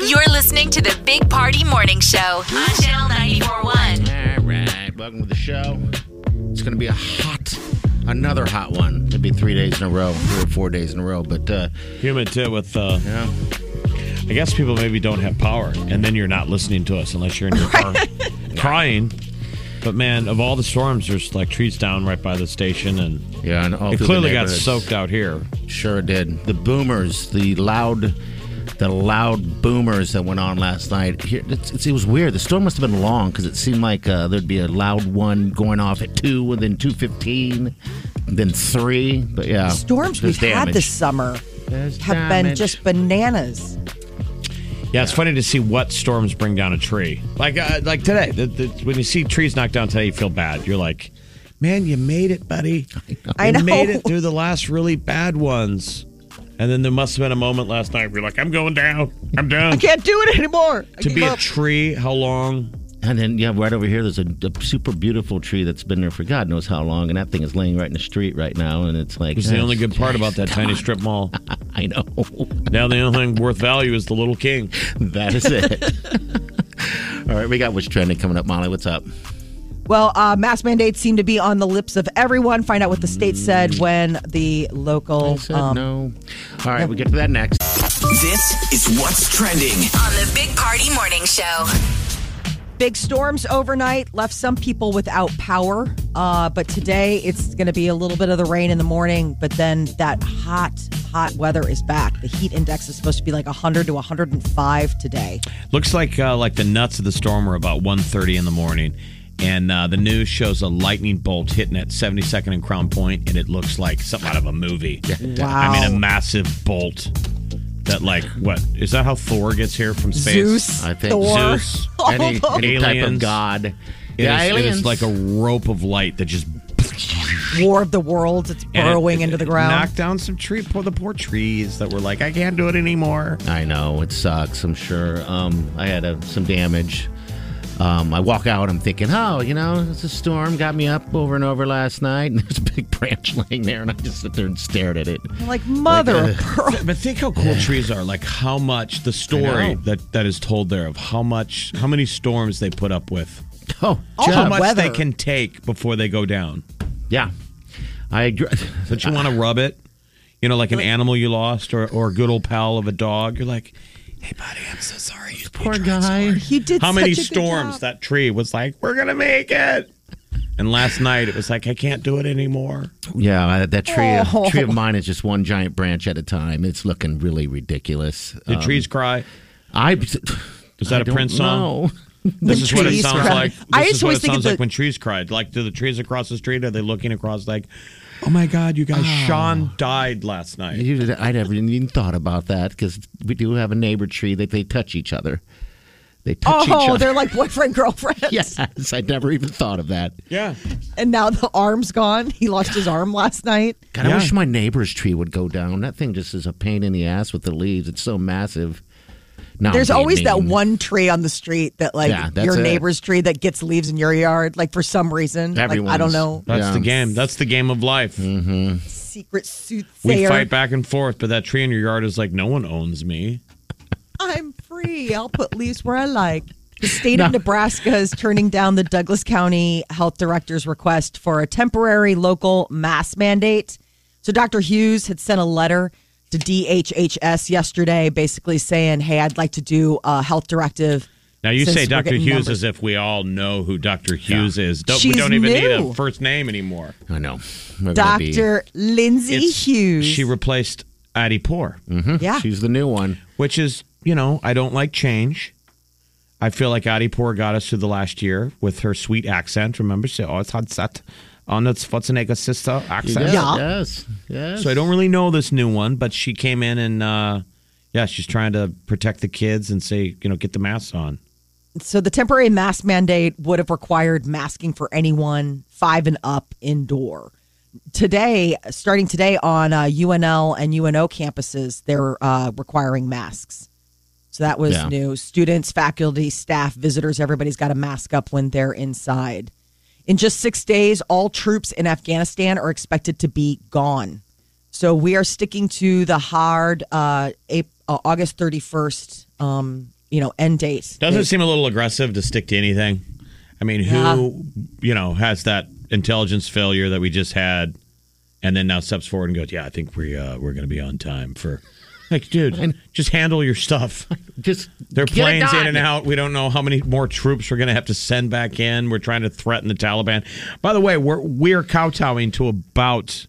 You're listening to the Big Party Morning Show on Channel 941. All right, welcome to the show. It's going to be a hot, another hot one. It'll be three days in a row, three or four days in a row. But uh, Humid too. With uh, yeah, I guess people maybe don't have power, and then you're not listening to us unless you're in your car crying. But man, of all the storms, there's like trees down right by the station, and yeah, and all it through the clearly got neighborhoods. soaked out here. Sure did. The boomers, the loud, the loud boomers that went on last night. Here, it's, it's, it was weird. The storm must have been long because it seemed like uh, there'd be a loud one going off at two, and then two fifteen, then three. But yeah, Storms there's we've had damage. this summer There's have been damage. just bananas. Yeah, it's funny to see what storms bring down a tree. Like uh, like today, the, the, when you see trees knocked down today, you feel bad. You're like, man, you made it, buddy. I You know. made it through the last really bad ones. And then there must have been a moment last night where you're like, I'm going down. I'm done. Can't do it anymore. I to gave be a up. tree, how long? And then yeah, right over here, there's a, a super beautiful tree that's been there for God knows how long, and that thing is laying right in the street right now, and it's like It was the eh, only good part about that tiny strip mall. I know Now the only thing worth value is the little king. that is it. All right, we got what's trending coming up, Molly. What's up? Well, uh, mask mandates seem to be on the lips of everyone. Find out what the state said when the I local. said um, no. All right, we get to that next. This is what's trending. On the Big Party Morning Show. Big storms overnight left some people without power. Uh, but today it's going to be a little bit of the rain in the morning, but then that hot, hot weather is back. The heat index is supposed to be like 100 to 105 today. Looks like uh, like the nuts of the storm were about 1.30 in the morning, and uh, the news shows a lightning bolt hitting at 72nd and Crown Point, and it looks like something out of a movie. I mean, a massive bolt that like what is that how Thor gets here from space? Zeus, I think Thor. Zeus. Any, any type of Aliens. god. It is- it is like a rope of light that just War of the Worlds. It's and it- burrowing it- into the it ground. Knocked down some tree, poor the poor trees that were like, I can't do it anymore. I know it sucks. I'm sure. Um, I had a, some damage. Um, I walk out. I'm thinking, oh, you know, it's a storm got me up over and over last night, and there's a big branch laying there, and I just sit there and stared at it. like, mother of pearl. But think how cool trees are. Like how much the I story know. that that is told there of how much how many storms they put up with, Oh, how the much weather. they can take before they go down. yeah, I agree. But Uh, you want to rub it, you know, like an animal you lost or or a good old pal of a dog. You're like, hey buddy, I'm so sorry. You Poor guy. He did How such many a good storms job. that tree was like, we're gonna make it. And last night it was like, I can't do it anymore. Yeah, I- that tree, Oh. tree of mine is just one giant branch at a time. It's looking really ridiculous. The Um, trees cry. I Is that a a Prince song? This is what it trees sounds cry. like. This I is just what always it think of sounds like the- when trees cried. Like, do the trees across the street are they looking across like, oh my God, you guys, Ah." Sean died last night. You- I never even thought about that because we do have a neighbor tree that they touch each other. They touch each Oh, other. they're like boyfriend, girlfriend. yes, I never even thought of that. Yeah, And now the arm's gone. He lost his arm last night. God, I Yeah. wish my neighbor's tree would go down. That thing just is a pain in the ass with the leaves. It's so massive. Now There's I'm being always that mean. one tree on the street that, like, Yeah, that's your it. neighbor's tree that gets leaves in your yard, like, for some reason. Like, I don't Everyone's. know. that's Yeah. the game. That's the game of life. Mm. Secret We soothsayer. fight back and forth, but that tree in your yard is like, no one owns me. I'm free. I'll put leaves where I like. The state of Nebraska is turning down the Douglas County Health Director's request for a temporary local mask mandate. So Dr. Hughes had sent a letter to DHHS yesterday, basically saying, "Hey, I'd like to do a health directive." Now you since say we're Dr. getting Hughes numbers." as if we all know who Dr. Hughes is. Don't, we She's don't even need new. a first name anymore. I know. We're gonna be- Dr. Lindsay It's- Hughes. She replaced Addie Poor. yeah. She's the new one. which is, you know, I don't like change. I feel like Adi Poor got us through the last year with her sweet accent. Remember, she always had that on its Futsuneka sister accent. Yeah. Yes. Yes. So I don't really know this new one, but she came in and uh, yeah, she's trying to protect the kids and say, you know, get the masks on. So the temporary mask mandate would have required masking for anyone five and up indoor. Today, starting today on uh, UNL and UNO campuses, they're uh, requiring masks. So that was Yeah. new. Students, faculty, staff, visitors, everybody's got to mask up when they're inside. In just six days, all troops in Afghanistan are expected to be gone. So we are sticking to the hard uh, April, uh, August 31st, um, you know, end date. Doesn't it seem a little aggressive to stick to anything? I mean, who, you know, has that intelligence failure that we just had and then now steps forward and goes, yeah, I think we, uh, we're going to be on time for. Like, dude, just handle your stuff. Just Their get it planes in done. and out. We don't know how many more troops we're going to have to send back in. We're trying to threaten the Taliban. By the way, we're we're kowtowing to about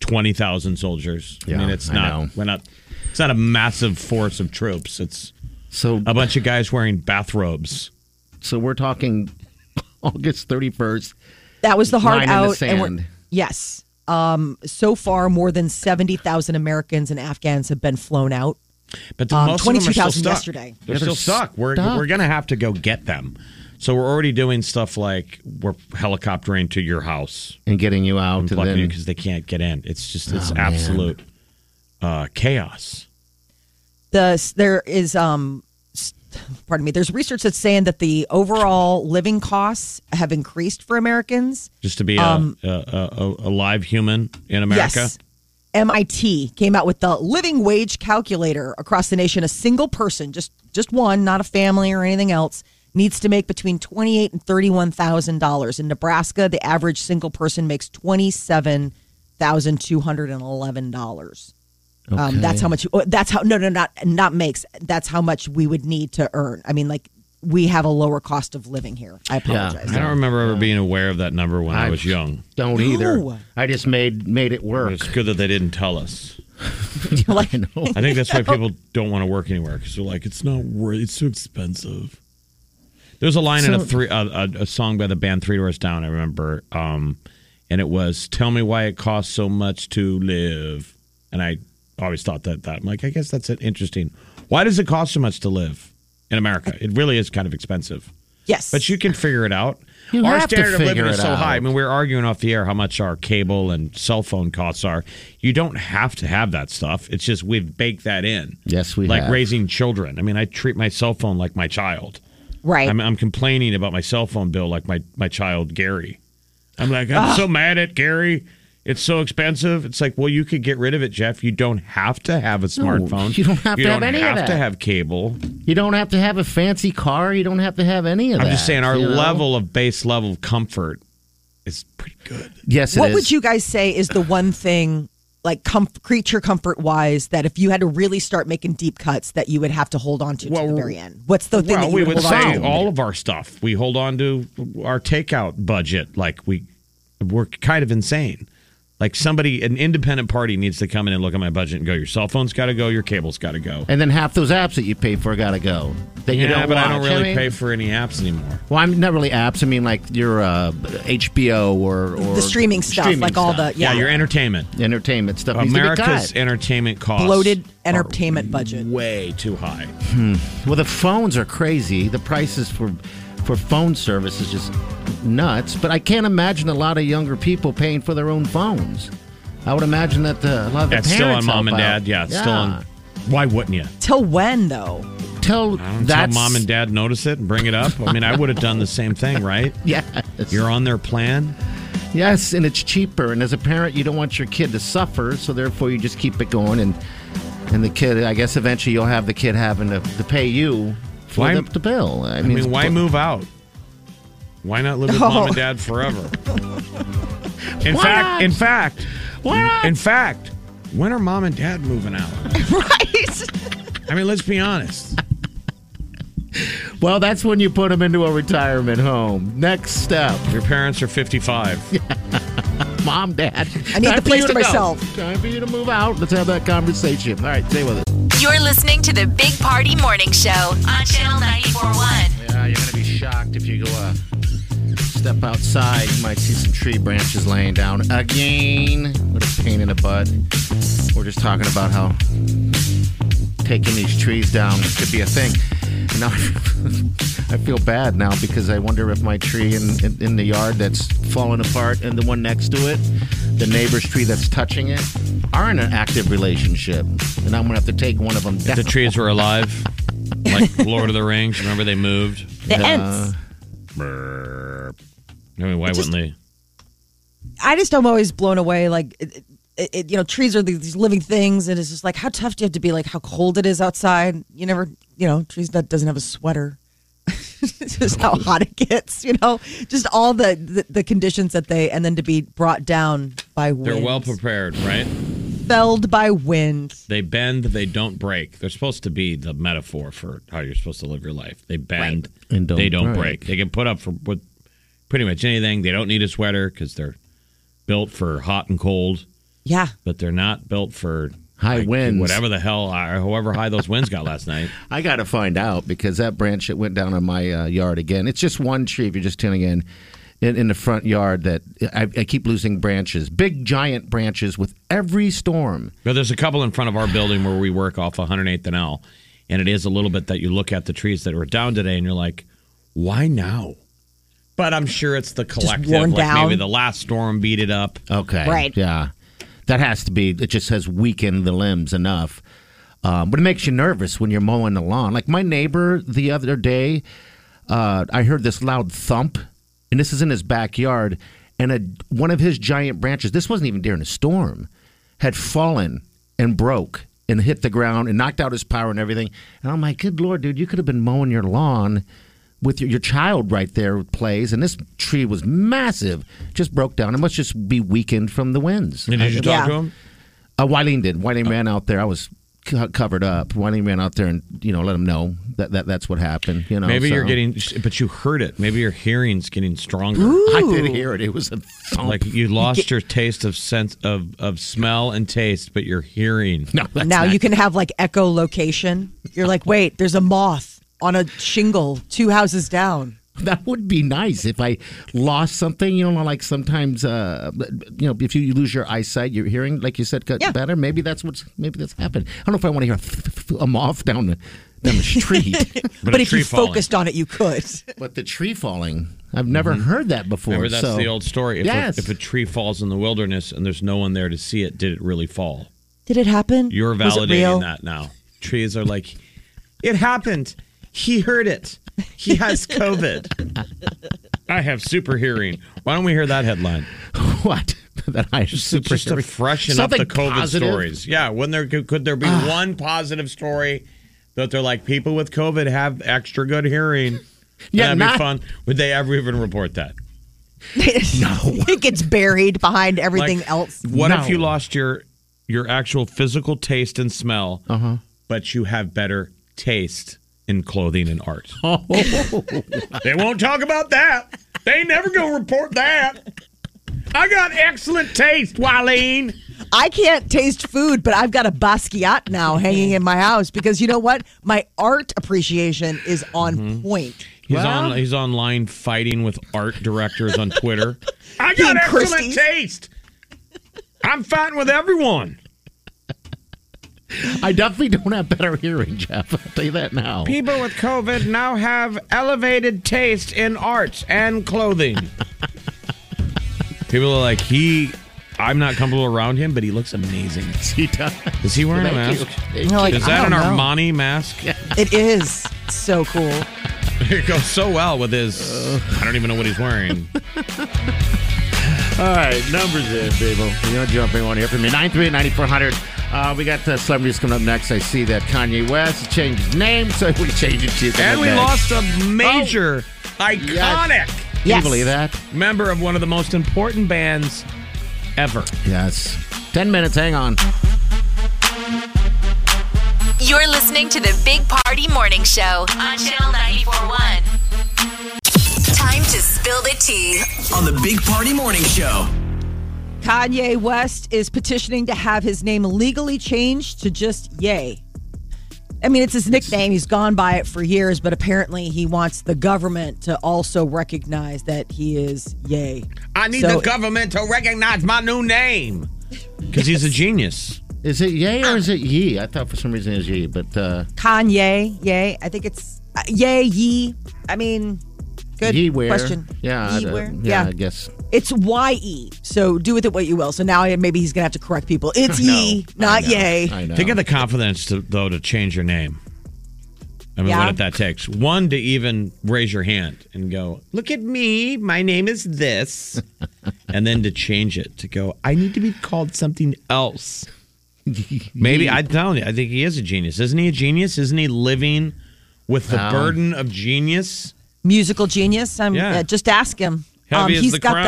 twenty thousand soldiers. I mean, Yeah, it's I not know. we're not. It's not a massive force of troops. It's So a bunch of guys wearing bathrobes. so we're talking August 31st. That was the hard Line in the out. and we're- sand. yes. Um, so far, more than 70,000 Americans and Afghans have been flown out. But the Um, most of them are still 22,000 stuck. yesterday. They're Yeah, still they're stuck. We're stuck. we're going to have to go get them. So we're already doing stuff like we're helicoptering to your house. And getting you out to plucking you then because they can't get in. It's just it's Oh, absolute uh, chaos. The, there is, um, s- pardon me, there's research that's saying that the overall living costs have increased for Americans. Just to be a, a, a, a live human in America. Um, Yes. MIT came out with the living wage calculator across the nation. A single person, just just one, not a family or anything else, needs to make between twenty eight and thirty one thousand dollars. In Nebraska, the average single person makes twenty seven thousand two hundred and eleven dollars. Um, that's how much. oh, That's how. No, no, not not makes. That's how much we would need to earn. I mean, like we have a lower cost of living here. I apologize. I don't remember ever being aware of that number when I, I- was young. don't either. No. I just made made it work. It's good that they didn't tell us. I know. I think that's why people don't want to work anywhere because they're like, it's not worth. It's too expensive. There's a line in a three a, a, a song by the band Three Doors Down. I remember, um, and it was "Tell me why it costs so much to live," and I always thought that that I'm like, I guess that's an interesting. Why does it cost so much to live in America? It really is kind of expensive. Yes, But you can figure it out. You our have to standard of living figure is it so high. I out. mean, we are arguing off the air how much our cable and cell phone costs are. You don't have to have that stuff. It's just we've baked that in. Yes, we like have. raising children. I mean, I treat my cell phone like my child. right. I'm, I'm complaining about my cell phone bill like my my child Gary. I'm like, I'm Ah. so mad at Gary. It's so expensive. It's like, well, you could get rid of it, Jeff. You don't have to have a smartphone. you don't have to have any of have to that. have cable. You don't have to have a fancy car. You don't have to have any of that. I'm just saying our you know? level of base level of comfort is pretty good. Yes, it what is. would you guys say is the one thing like comf- creature comfort wise that if you had to really start making deep cuts that you would have to hold on to Well, to the very end what's the thing that Well, you we would, would hold say on to? all of our stuff. We hold on to our takeout budget. Like we we're kind of insane. Like somebody an independent party needs to come in and look at my budget and go, Your cell phone's gotta go, your cable's gotta go. And then half those apps that you pay for gotta go. That you yeah, don't but watch. I don't really mean- pay for any apps anymore. Well, I'm not really apps. I mean, like your uh, HBO or, or the streaming stuff streaming like all stuff. the yeah, your entertainment. entertainment stuff. needs to be America's cut. entertainment costs bloated are entertainment budget way too high. Well, the phones are crazy. The prices for for phone service is just nuts. But I can't imagine a lot of younger people paying for their own phones. I would imagine that the, a lot of the That's still on parents mom and help out. dad. Yeah, it's still on why wouldn't you? till when though Tell Until that's mom and dad notice it and bring it up. I mean, I would have done the same thing, right? Yes, You're on their plan. yes, and it's cheaper. And as a parent, you don't want your kid to suffer, so therefore you just keep it going. And and the kid, I guess, eventually you'll have the kid having to, to pay you for Why- the, the bill. I I mean, mean, why it's- move out? Why not live with mom and dad forever? In Why fact, not? in fact, Why not? in fact, when are mom and dad moving out? right I mean, let's be honest. Well, that's when you put them into a retirement home. Next step. Your parents are 55. mom, dad. I need Time the for place you to go. myself. Time for you to move out. Let's have that conversation. All right, stay with us. You're listening to the Big Party Morning Show on Channel 941. Yeah, you're gonna be shocked if you go uh, Step outside, you might see some tree branches laying down again. What a pain in the butt. We're just talking about how taking these trees down could be a thing. And now I feel bad now because I wonder if my tree in, in, in the yard that's falling apart and the one next to it, the neighbor's tree that's touching it, are in an active relationship. And I'm going to have to take one of them down. The trees were alive, like Lord of the Rings. Remember they moved? The ants. I mean, why wouldn't they? I just am always blown away. Like, it, it, it, you know, trees are these living things, and it's just like how tough do you have to be? Like how cold it is outside. You never, you know, trees that doesn't have a sweater. It's just how hot it gets. You know, just all the, the the conditions that they, and then to be brought down by wind, They're well prepared, right? felled by wind. They bend, they don't break. They're supposed to be the metaphor for how you're supposed to live your life. They bend, And don't they don't break. break. They can put up for with pretty much anything. They don't need a sweater because they're built for hot and cold, Yeah, but they're not built for High like, winds. Whatever the hell, or however high those winds got last night. I got to find out because that branch that went down on my uh, yard again. It's just one tree. If you're just tuning in, in, in the front yard, that I, I keep losing branches, big giant branches with every storm. Now, there's a couple in front of our building where we work off 108th and L, and it is a little bit that you look at the trees that were down today, and you're like, why now? But I'm sure it's the collective. worn like maybe down. the last storm beat it up. Okay. Right. Yeah. That has to be, it just has weakened the limbs enough. Um, but it makes you nervous when you're mowing the lawn. Like my neighbor the other day, uh, I heard this loud thump, and this is in his backyard, and a, one of his giant branches, this wasn't even during a storm, had fallen and broke and hit the ground and knocked out his power and everything. And I'm like, good Lord, dude, you could have been mowing your lawn with your, your child right there plays, and this tree was massive, just broke down. It must just be weakened from the winds. And did you talk Yeah. to him? Uh, Wileen did. Wileen ran out there. I was co- covered up. Wileen ran out there and you know let him know that, that that's what happened. You know, Maybe you're so- getting, but you heard it. Maybe your hearing's getting stronger. I did hear it. It was a thump. Like you lost your taste of sense of, of smell and taste, but your hearing. no, that's now not- you can have like echolocation. You're like, wait, there's a moth on a shingle two houses down. That would be nice if I lost something. You know, like sometimes, uh, you know, if you, you lose your eyesight, your hearing, like you said, got Yeah. better. Maybe that's what's maybe that's happened. I don't know if I want to hear a, a moth down the down the street, But But, a if tree you falling. focused on it, you could. but the tree falling. I've never heard that before. Remember, Mm-hmm. that's so- the old story. If, yes. a, if a tree falls in the wilderness and there's no one there to see it, did it really fall? Did it happen? You're Was it validating real? that now. Trees are like, it happened. He heard it. He has COVID. I have super hearing. Why don't we hear that headline? what that I Just, super just to freshen Something up the COVID positive. stories. Yeah. When there could, could there be one positive story that they're like people with COVID have extra good hearing? Yeah, that'd be not- fun. Would they ever even report that? No. it gets buried behind Like, everything else. What if No. you lost your your actual physical taste and smell, Uh-huh. but you have better taste in clothing and art? They won't talk about that. They never gonna report that. I got excellent taste, Wileen. I can't taste food, but I've got a Basquiat now Mm-hmm. hanging in my house because you know what? My art appreciation is on Mm-hmm. point. He's on. He's online fighting with art directors on Twitter. I Being got excellent Christie's. taste. I'm fighting with everyone. I definitely don't have better hearing, Jeff. I'll tell you that now. People with COVID now have elevated taste in arts and clothing. People are like, he, I'm not comfortable around him, but he looks amazing. He does. Is he wearing a Thank you. mask? Thank No, like, Is I that an don't know. Armani mask? It is so cool. It goes so well with his, I don't even know what he's wearing. All right, numbers in, people. You don't jump anyone here from me. 938-9400. Uh, we got the celebrities coming up next. I see that Kanye West changed his name, so we change it to coming and we next. lost a major, Oh. iconic Can you Yes. believe that? member of one of the most important bands ever. Yes. Ten minutes, hang on. You're listening to the Big Party Morning Show on Channel 941. Time to spill the tea. on the Big Party Morning Show. Kanye West is petitioning to have his name legally changed to just Yay. I mean, it's his nickname. He's gone by it for years, but apparently he wants the government to also recognize that he is yay. I need So- the government to recognize my new name because he's a genius. Is it yay or is it ye? I thought for some reason it was ye, but uh, Kanye, yay. I think it's uh, yay, ye. I mean, good ye where? question. Yeah, I Ye don't- where? yeah, yeah. I guess. It's Y-E. So do with it what you will. So now maybe he's going to have to correct people. It's No, ye, I not know, yay. I know. To get the confidence, to, though, to change your name. I mean, Yeah. what if that takes? One, to even raise your hand and go, look at me, my name is this. and then to change it, to go, I need to be called something else. Maybe, I'm telling you, I think he is a genius. Isn't he a genius? Isn't he living with the Wow. burden of genius? musical genius. I'm Yeah. uh, just ask him. Um, Heavy as he's the got crown.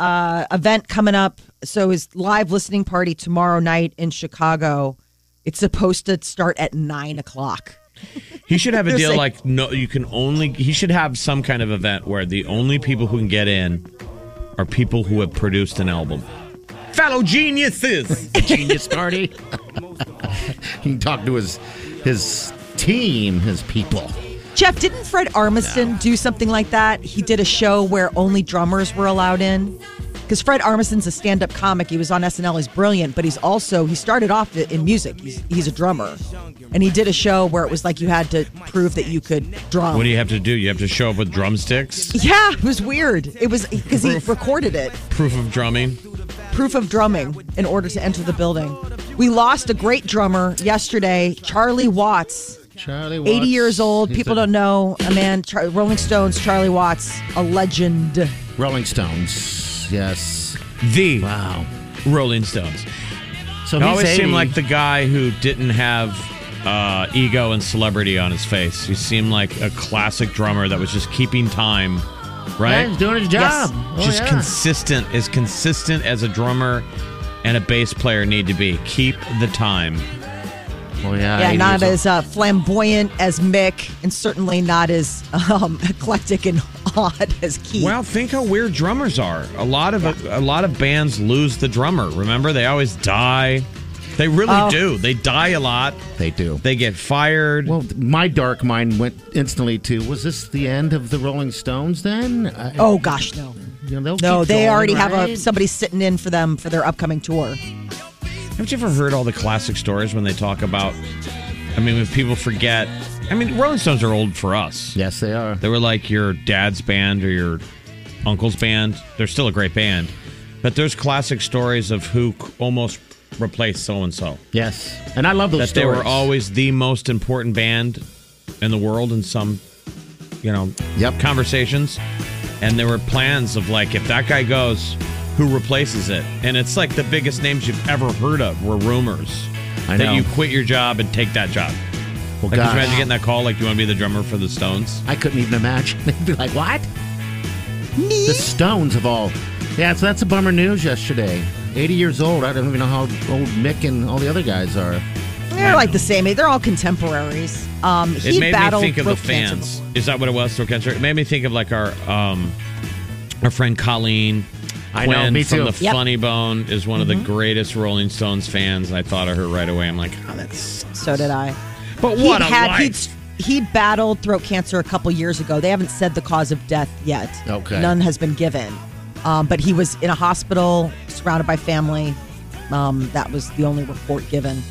that uh, event coming up. So his live listening party tomorrow night in Chicago. It's supposed to start at nine o'clock. He should have a They're deal saying- like no, you can only. He should have some kind of event where the only people who can get in are people who have produced an album. Fellow geniuses. genius party. he can talk to his his team, his people. Jeff, didn't Fred Armisen do something like that? He did a show where only drummers were allowed in. Because Fred Armisen's a stand-up comic. He was on SNL. He's brilliant, but he's also he started off in music. He's, he's a drummer, and he did a show where it was like you had to prove that you could drum. what do you have to do? You have to show up with drumsticks. Yeah, it was weird. It was because he recorded it, Proof of drumming. proof of drumming, in order to enter the building. We lost a great drummer yesterday, Charlie Watts, Charlie, 80 years old. People don't know a man, Char- Rolling Stones, Charlie Watts, a legend. Rolling Stones. Yes. The Wow. Rolling Stones. So He he's always 80. seemed like the guy who didn't have uh, ego and celebrity on his face. He seemed like a classic drummer that was just keeping time. Right. Yeah, he's doing his job. Yes. Oh, just yeah. consistent, as consistent as a drummer and a bass player need to be. Keep the time. Oh, yeah. Yeah, 80 not years as uh, flamboyant as Mick, and certainly not as um, eclectic and odd as Keith. Well, think how weird drummers are. A lot of a, lot of bands lose the drummer. Remember, they always die. They really Oh. do. They die a lot. old. They do. They get fired. well, my dark mind went instantly to was this the end of the Rolling Stones then? I, oh gosh, no, you know, they'll no, keep they going, already have a, right? somebody sitting in for them for their upcoming tour. Haven't you ever heard all the classic stories when they talk about? I mean, when people forget. I mean, Rolling Stones are old for us. Yes, they are. They were like your dad's band or your uncle's band. They're still a great band, but there's classic stories of who c- almost replaced so and so. Yes, and I love those That they stories. were always the most important band in the world in some, you know, Yep. conversations. And there were plans of like, if that guy goes, who replaces it? And it's like the biggest names you've ever heard of were rumors I that know. you quit your job and take that job. Well, Like, could you gosh, imagine getting that call, like, do you want to be the drummer for the Stones? I couldn't even imagine. They'd be like, "What? The Stones of all." Yeah, so that's the bummer news yesterday. 80 years old. I don't even know how old Mick and all the other guys are. They're like the same age. They're all contemporaries. Um, It he made me battled think of the throat cancer fans. Is that what it was? Throat cancer. It made me think of like our um, our friend Colleen. I know, Quinn me From too. the Yep. Funny Bone is one of the greatest Rolling Stones fans. And I thought of her right away. I'm like, oh, that's. So did I. But what He'd a had- he'd- life. He battled throat cancer a couple years ago. They haven't said the cause of death yet. Okay. None has been given. Um, but he was in a hospital surrounded by family. Um, that was the only report given.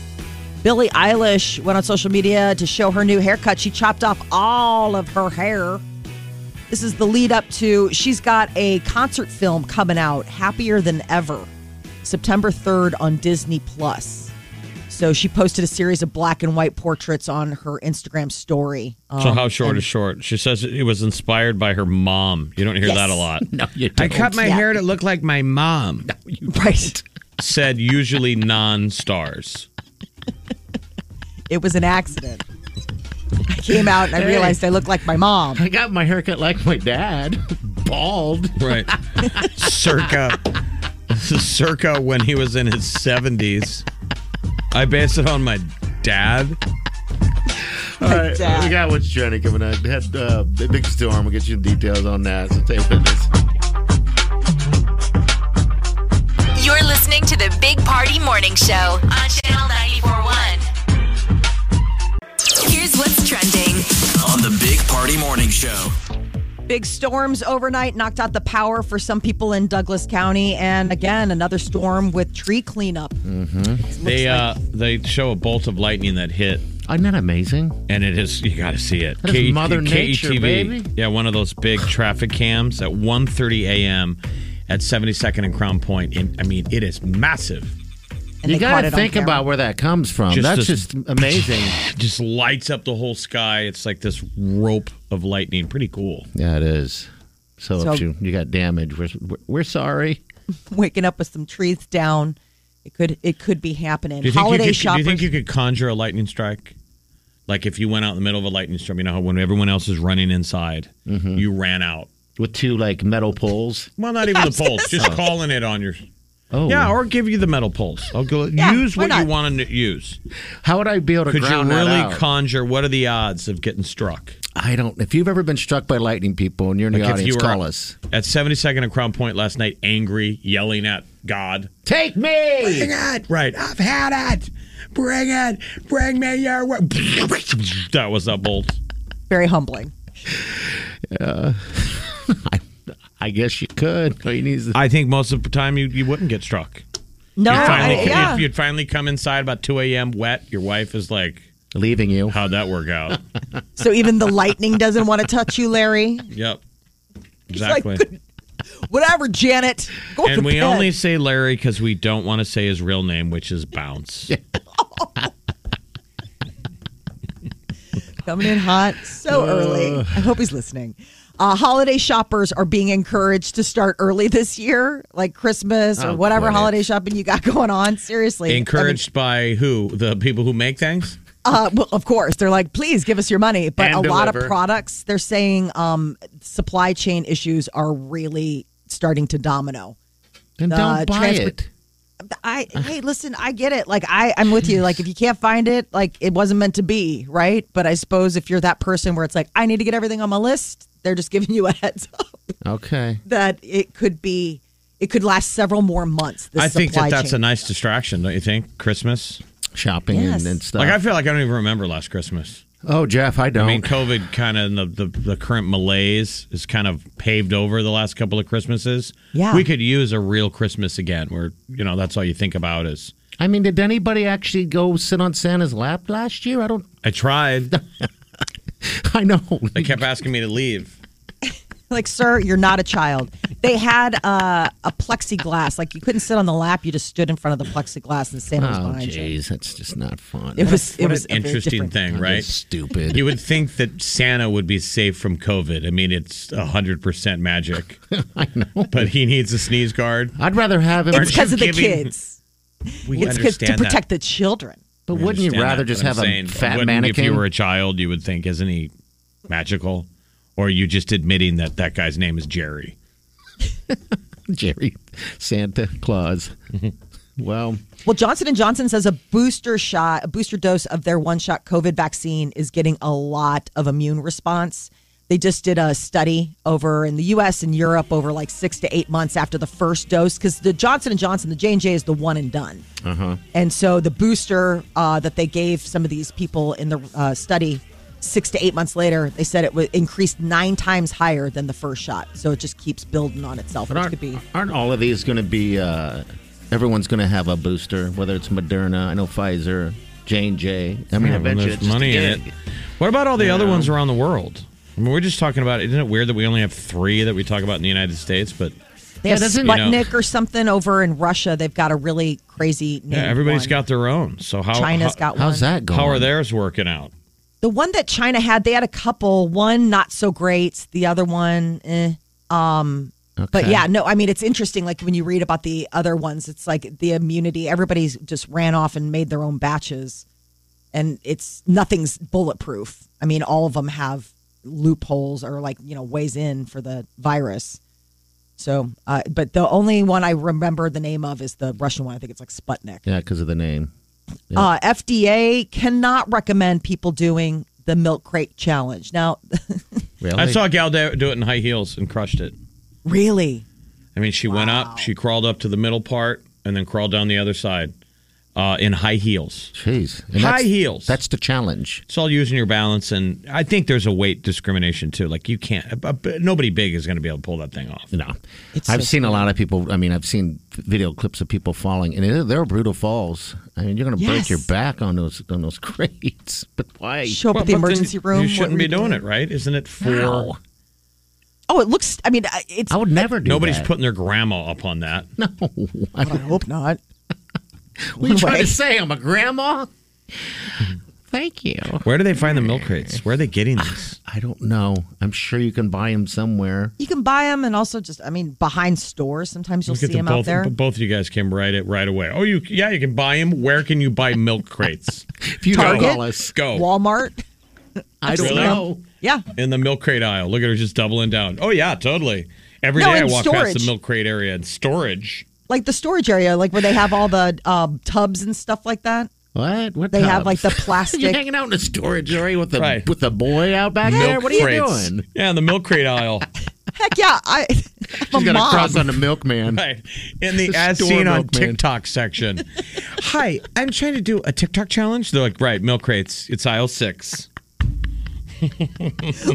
Billie Eilish went on social media to show her new haircut. She chopped off all of her hair. This is the lead up to, she's got a concert film coming out, Happier Than Ever, September 3rd on Disney Plus. So she posted a series of black and white portraits on her Instagram story. Um, So how short is short? She says it was inspired by her mom. You don't hear Yes. that a lot. No, you I don't. cut my Yeah. hair to look like my mom. right. Said usually non-stars. It was an accident. I came out and I realized I looked like my mom. I got my haircut like my dad, bald. Right. circa circa when he was in his 70s. I based it on my dad. All right, dad. we got what's trending coming up. Had uh, a big storm. We'll get you the details on that. So stay with us. You're listening to the Big Party Morning Show on Channel 941. what's trending. on the Big Party Morning Show. Big storms overnight knocked out the power for some people in Douglas County. And again, another storm with tree cleanup. They uh, they show a bolt of lightning that hit, Isn't that amazing? and it is you got to see it. E That is Mother Nature, baby. Yeah, one of those big traffic cams at 1.30 a.m. at 72nd and Crown Point. And, I mean, it is massive. And you they caught gotta it on think camera. about where that comes from. Just That's this- just amazing. It just lights up the whole sky. It's like this rope of lightning. Pretty cool. yeah, it is. So, So- if you, you got damage, we're, we're, we're sorry. waking up with some trees down. It could it could be happening. Do you, think you, Holiday could, do shoppers. you think you could conjure a lightning strike? Like if you went out in the middle of a lightning storm, you know how when everyone else is running inside, Mm-hmm. you ran out. With two like metal poles. Well, not even the poles, just calling it on your. Oh, Yeah, or give you the metal poles. I'll go, Yeah, use why what you not? want to use. how would I be able to Could you ground that really out? conjure? What are the odds of getting struck? I don't. If you've ever been struck by lightning, people, and you're in the Like, if audience, you were- call us. At 72nd and Crown Point last night, angry, yelling at God. Take me. it. Right. I've had it. Bring it. Bring me your. wo- That was a bolt. Very humbling. I guess you could. All you need is the- I think most of the time you, you wouldn't get struck. No, You'd finally, I, yeah. If you'd finally come inside about 2 a.m. wet, your wife is like, leaving you. how'd that work out? so even the lightning doesn't want to touch you, Larry. yep. like, Exactly. Whatever, Janet. Go to and we bed. only say Larry because we don't want to say his real name, which is Bounce. coming in hot Uh. so early. I hope he's listening. Uh, holiday shoppers are being encouraged to start early this year, like Christmas or Oh, whatever quit it. holiday shopping you got going on. Seriously, Encouraged by who? The people who make things? Uh, well, of course, they're like, please give us your money. But And a lot of deliver. products, they're saying um, supply chain issues are really starting to domino. Then don't Uh, buy transport- it. I hey, listen, I get it. Like I, I'm with you. Like if you can't find it, like it wasn't meant to be, right? But I suppose if you're that person where it's like, I need to get everything on my list, they're just giving you a heads up Okay. that it could be, it could last several more months. The I think supply that that's a chain. nice distraction, don't you think? Christmas? Shopping Yes. and, and stuff. Like, I feel like I don't even remember last Christmas. oh, Jeff, I don't. I mean, COVID kind of the, the the current malaise is kind of paved over the last couple of Christmases. Yeah. we could use a real Christmas again, where you know that's all you think about is. did anybody actually go sit on Santa's lap last year? I don't. I tried. I know. They kept asking me to leave. like, sir, you're not a child. They had uh, a plexiglass, like you couldn't sit on the lap; you just stood in front of the plexiglass, and Santa was oh, behind you. jeez, that's just not fun. It was it What was a an very interesting different- thing, right? That's Stupid. You would think that Santa would be safe from COVID. I mean, it's hundred percent magic. I know, but he needs a sneeze guard. I'd rather have him. It's Aren't you because of the giving- kids. We It's 'cause- to understand protect that. the children. but We wouldn't you understand rather that, just but I'm have a saying, fat wouldn't- mannequin? If you were a child, you would think, isn't he magical? Or are you just admitting that that guy's name is Jerry? Jerry Santa Claus. well, Well, Johnson and Johnson says a booster shot, a booster dose of their one-shot COVID vaccine is getting a lot of immune response. They just did a study over in the U.S. and Europe over like six to eight months after the first dose, because the Johnson and Johnson, the J and J, is the one and done. Uh-huh. And so the booster uh, that they gave some of these people in the uh, study six to eight months later, they said it was increased nine times higher than the first shot. So it just keeps building on itself, but which aren't, could be aren't all of these going to be? Uh, everyone's going to have a booster, whether it's Moderna, I know Pfizer, J and J. I mean, Yeah, when eventually, there's it's just a money in it. gig. What about all the other ones around the world? I mean, we're just talking about. Isn't it weird that we only have three that we talk about in the United States? But They have Yeah, doesn't- Sputnik You know- or something over in Russia. They've got a really crazy name. yeah, everybody's one. got their own. So how China's how, got one. How's that going? how are theirs working out? The one that China had, they had a couple. One not so great. The other one, eh. Um, but Okay. yeah, no. I mean, it's interesting. Like when you read about the other ones, it's like the immunity. Everybody's just ran off and made their own batches, and it's nothing's bulletproof. I mean, all of them have loopholes or like you know ways in for the virus. So, uh, but the only one I remember the name of is the Russian one. I think it's like Sputnik. Yeah, because of the name. Uh, FDA cannot recommend people doing the milk crate challenge. Now, Really? I saw a gal do do it in high heels and crushed it. really, I mean, she went up, she crawled up to the middle part, and then crawled down the other side. uh, in high heels. Jeez. And High that's- heels. That's the challenge. It's all using your balance, and I think there's a weight discrimination too. Like you can't, uh, uh, nobody big is going to be able to pull that thing off. No. I've seen a lot of people. I mean, I've seen video clips of people falling, and they're, they're brutal falls. I mean, you're going to break Yes. your back on those on those crates. But why? Show up Well, at the but then emergency room. You what shouldn't were be you doing it, right? Isn't it for No. Oh, it looks. I mean, I- it's. I would never do nobody's that. putting their grandma up on that? I hope not. What are you trying away. to say? I'm a grandma. Thank you. Where do they find the milk crates? Where are they getting Ah, these? I don't know. I'm sure you can buy them somewhere. You can buy them, and also just. I mean, behind stores, sometimes you'll Look at see the them both, out there. both of you guys came right at right away. Oh, you yeah, you can buy them. Where can you buy milk crates? If you Target? call us, Go Walmart. I don't Really? know. Yeah. in the milk crate aisle. Look at her just doubling down. Oh yeah, totally. Every day No, I in walk past storage. the milk crate area and storage. like the storage area, like where they have all the um, tubs and stuff like that. What? What? They have, like, the You're plastic- hanging out in the storage area with the Right. with the boy out back there. Milk What are you crates. doing? Yeah, in the milk crate aisle. Heck yeah, I. She's I'm a got a cross mom. on the milkman. Right. In the The as store seen on milkman. TikTok section. Hi, I'm trying to do a TikTok challenge. They're like, right, milk crates. It's aisle six.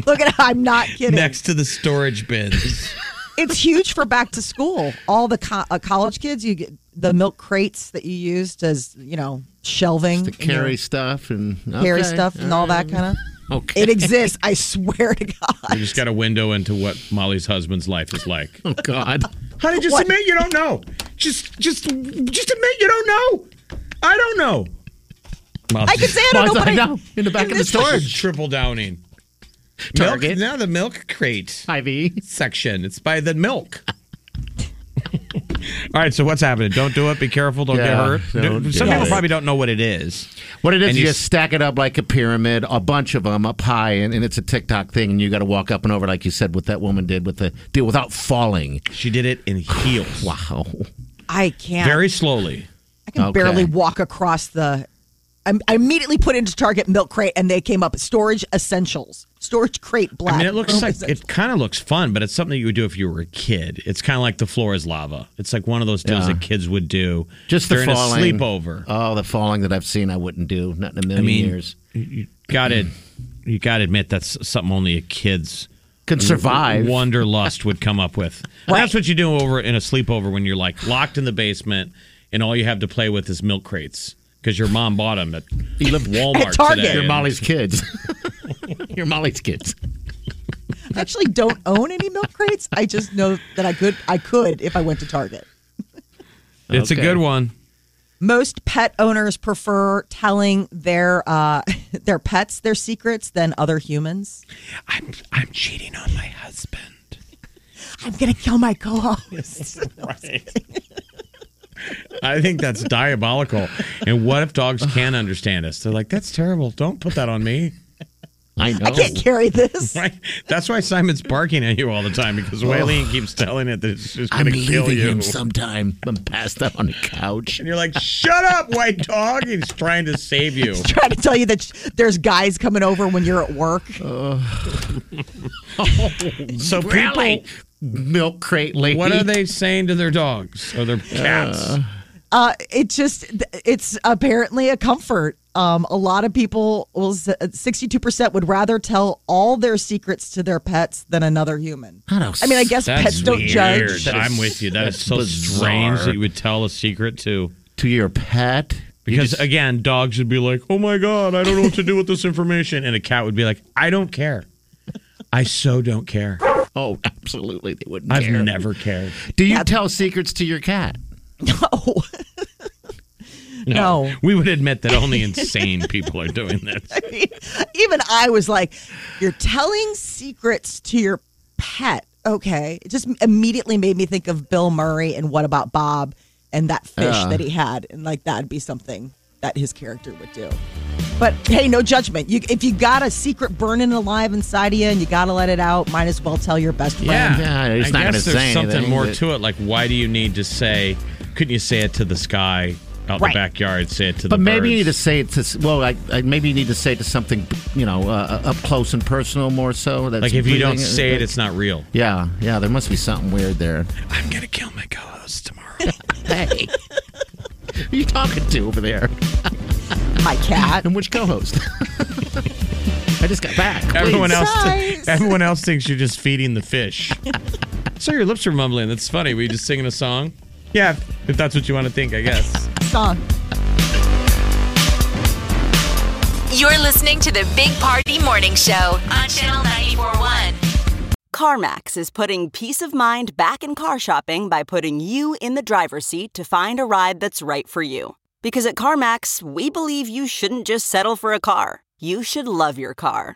Look at, I'm not kidding. Next to the storage bins. It's huge for back to school. All the co- uh, college kids, you get the milk crates that you used as you know shelving, To carry stuff and and carry okay. Oh, stuff, and all that kind of. Okay. It exists. I swear to God. You just got a window into what Molly's husband's life is like. Oh God. Honey, just admit you don't know. Just, just, just admit you don't know. I don't know. I can say I don't know, Well, but I, know. in the back of the this- storage. triple downing. Target. Milk, now the milk crate Ivy. section. It's by the milk. All right, so what's happening? Don't do it. Be careful. Don't Yeah, get hurt. don't Do- Some do people it. probably don't know what it is. What it is, And you you just stack it up like a pyramid, a bunch of them up high, and, and it's a TikTok thing, and you got to walk up and over, like you said, what that woman did with the deal without falling. She did it in heels. Wow. I can't. Very slowly. I can Okay. barely walk across the. I'm, I immediately put into Target milk crate, and they came up storage essentials, storage crate black. Oh, I mean, it looks Milk like essentials. it kind of looks fun, but it's something you would do if you were a kid. It's kind of like the floor is lava. It's like one of those deals Yeah. that kids would do Just the during falling. a sleepover. Oh, the falling that I've seen, I wouldn't do. Not in a million mean, years. Got to You got to admit that's something only a kid's Can survive. wanderlust would come up with. And That's what you do over in a sleepover when you're like locked in the basement and all you have to play with is milk crates because your mom bought them at Walmart At Target. today. You're And Molly's kids. You're Molly's kids. I actually don't own any milk crates. I just know that I could I could if I went to Target. It's Okay. a good one. Most pet owners prefer telling their uh, their pets their secrets than other humans. I'm I'm cheating on my husband. I'm gonna kill my co-host. I think that's diabolical. And what if dogs can't understand us? They're like, that's terrible. Don't put that on me. I know. I can't Oh. carry this. Right? That's why Simon's barking at you all the time because Waylene keeps telling it that it's just Oh. I'm going to kill leaving you. him sometime. I'm passed out on the couch. and you're like, shut up, white dog. He's trying to save you. Trying to tell you that sh- there's guys coming over when you're at work. So Really? people, Milk crate lady. what are they saying to their dogs or their cats? Uh, it just it's apparently a comfort. Um, a lot of people will sixty-two percent would rather tell all their secrets to their pets than another human. I don't I mean, I guess That's pets don't weird. judge. That is- I'm with you. That that's is so bizarre. strange that you would tell a secret to. To your pet. You Because just- again, dogs would be like, "Oh my god, I don't know what to do with this information," and a cat would be like, "I don't care. I so don't care. oh, absolutely, they wouldn't. I've care. never cared." Do you tell secrets to your cat? No. No. we would admit that only insane people are doing this. Even I was like, you're telling secrets to your pet. Okay. It just immediately made me think of Bill Murray and What About Bob and that fish that he had. And like, that'd be something that his character would do. But hey, no judgment. You, if you got a secret burning alive inside of you and you got to let it out, might as well tell your best friend. Yeah, Yeah, he's I not guess gonna there's say something anything, more but- to it. Like, why do you need to say? Couldn't you say it to the sky out in Right. the backyard? Say it to the But maybe you need birds? to say it to well, I, I maybe you need to say it to something you know uh, up close and personal more so. That's Like if you don't breathing- say it, it's not real. yeah, yeah. There must be something weird there. I'm gonna kill my co-host tomorrow. Hey, Who you talking to over there? My cat. And which co-host? I just got back. Everyone please. else, Size. everyone else thinks you're just feeding the fish. so your lips are mumbling. That's funny. Were you just singing a song? Yeah, if that's what you want to think, I guess. Song. You're listening to the Big Party Morning Show on Channel 941. CarMax is putting peace of mind back in car shopping by putting you in the driver's seat to find a ride that's right for you. Because at CarMax, we believe you shouldn't just settle for a car, you should love your car.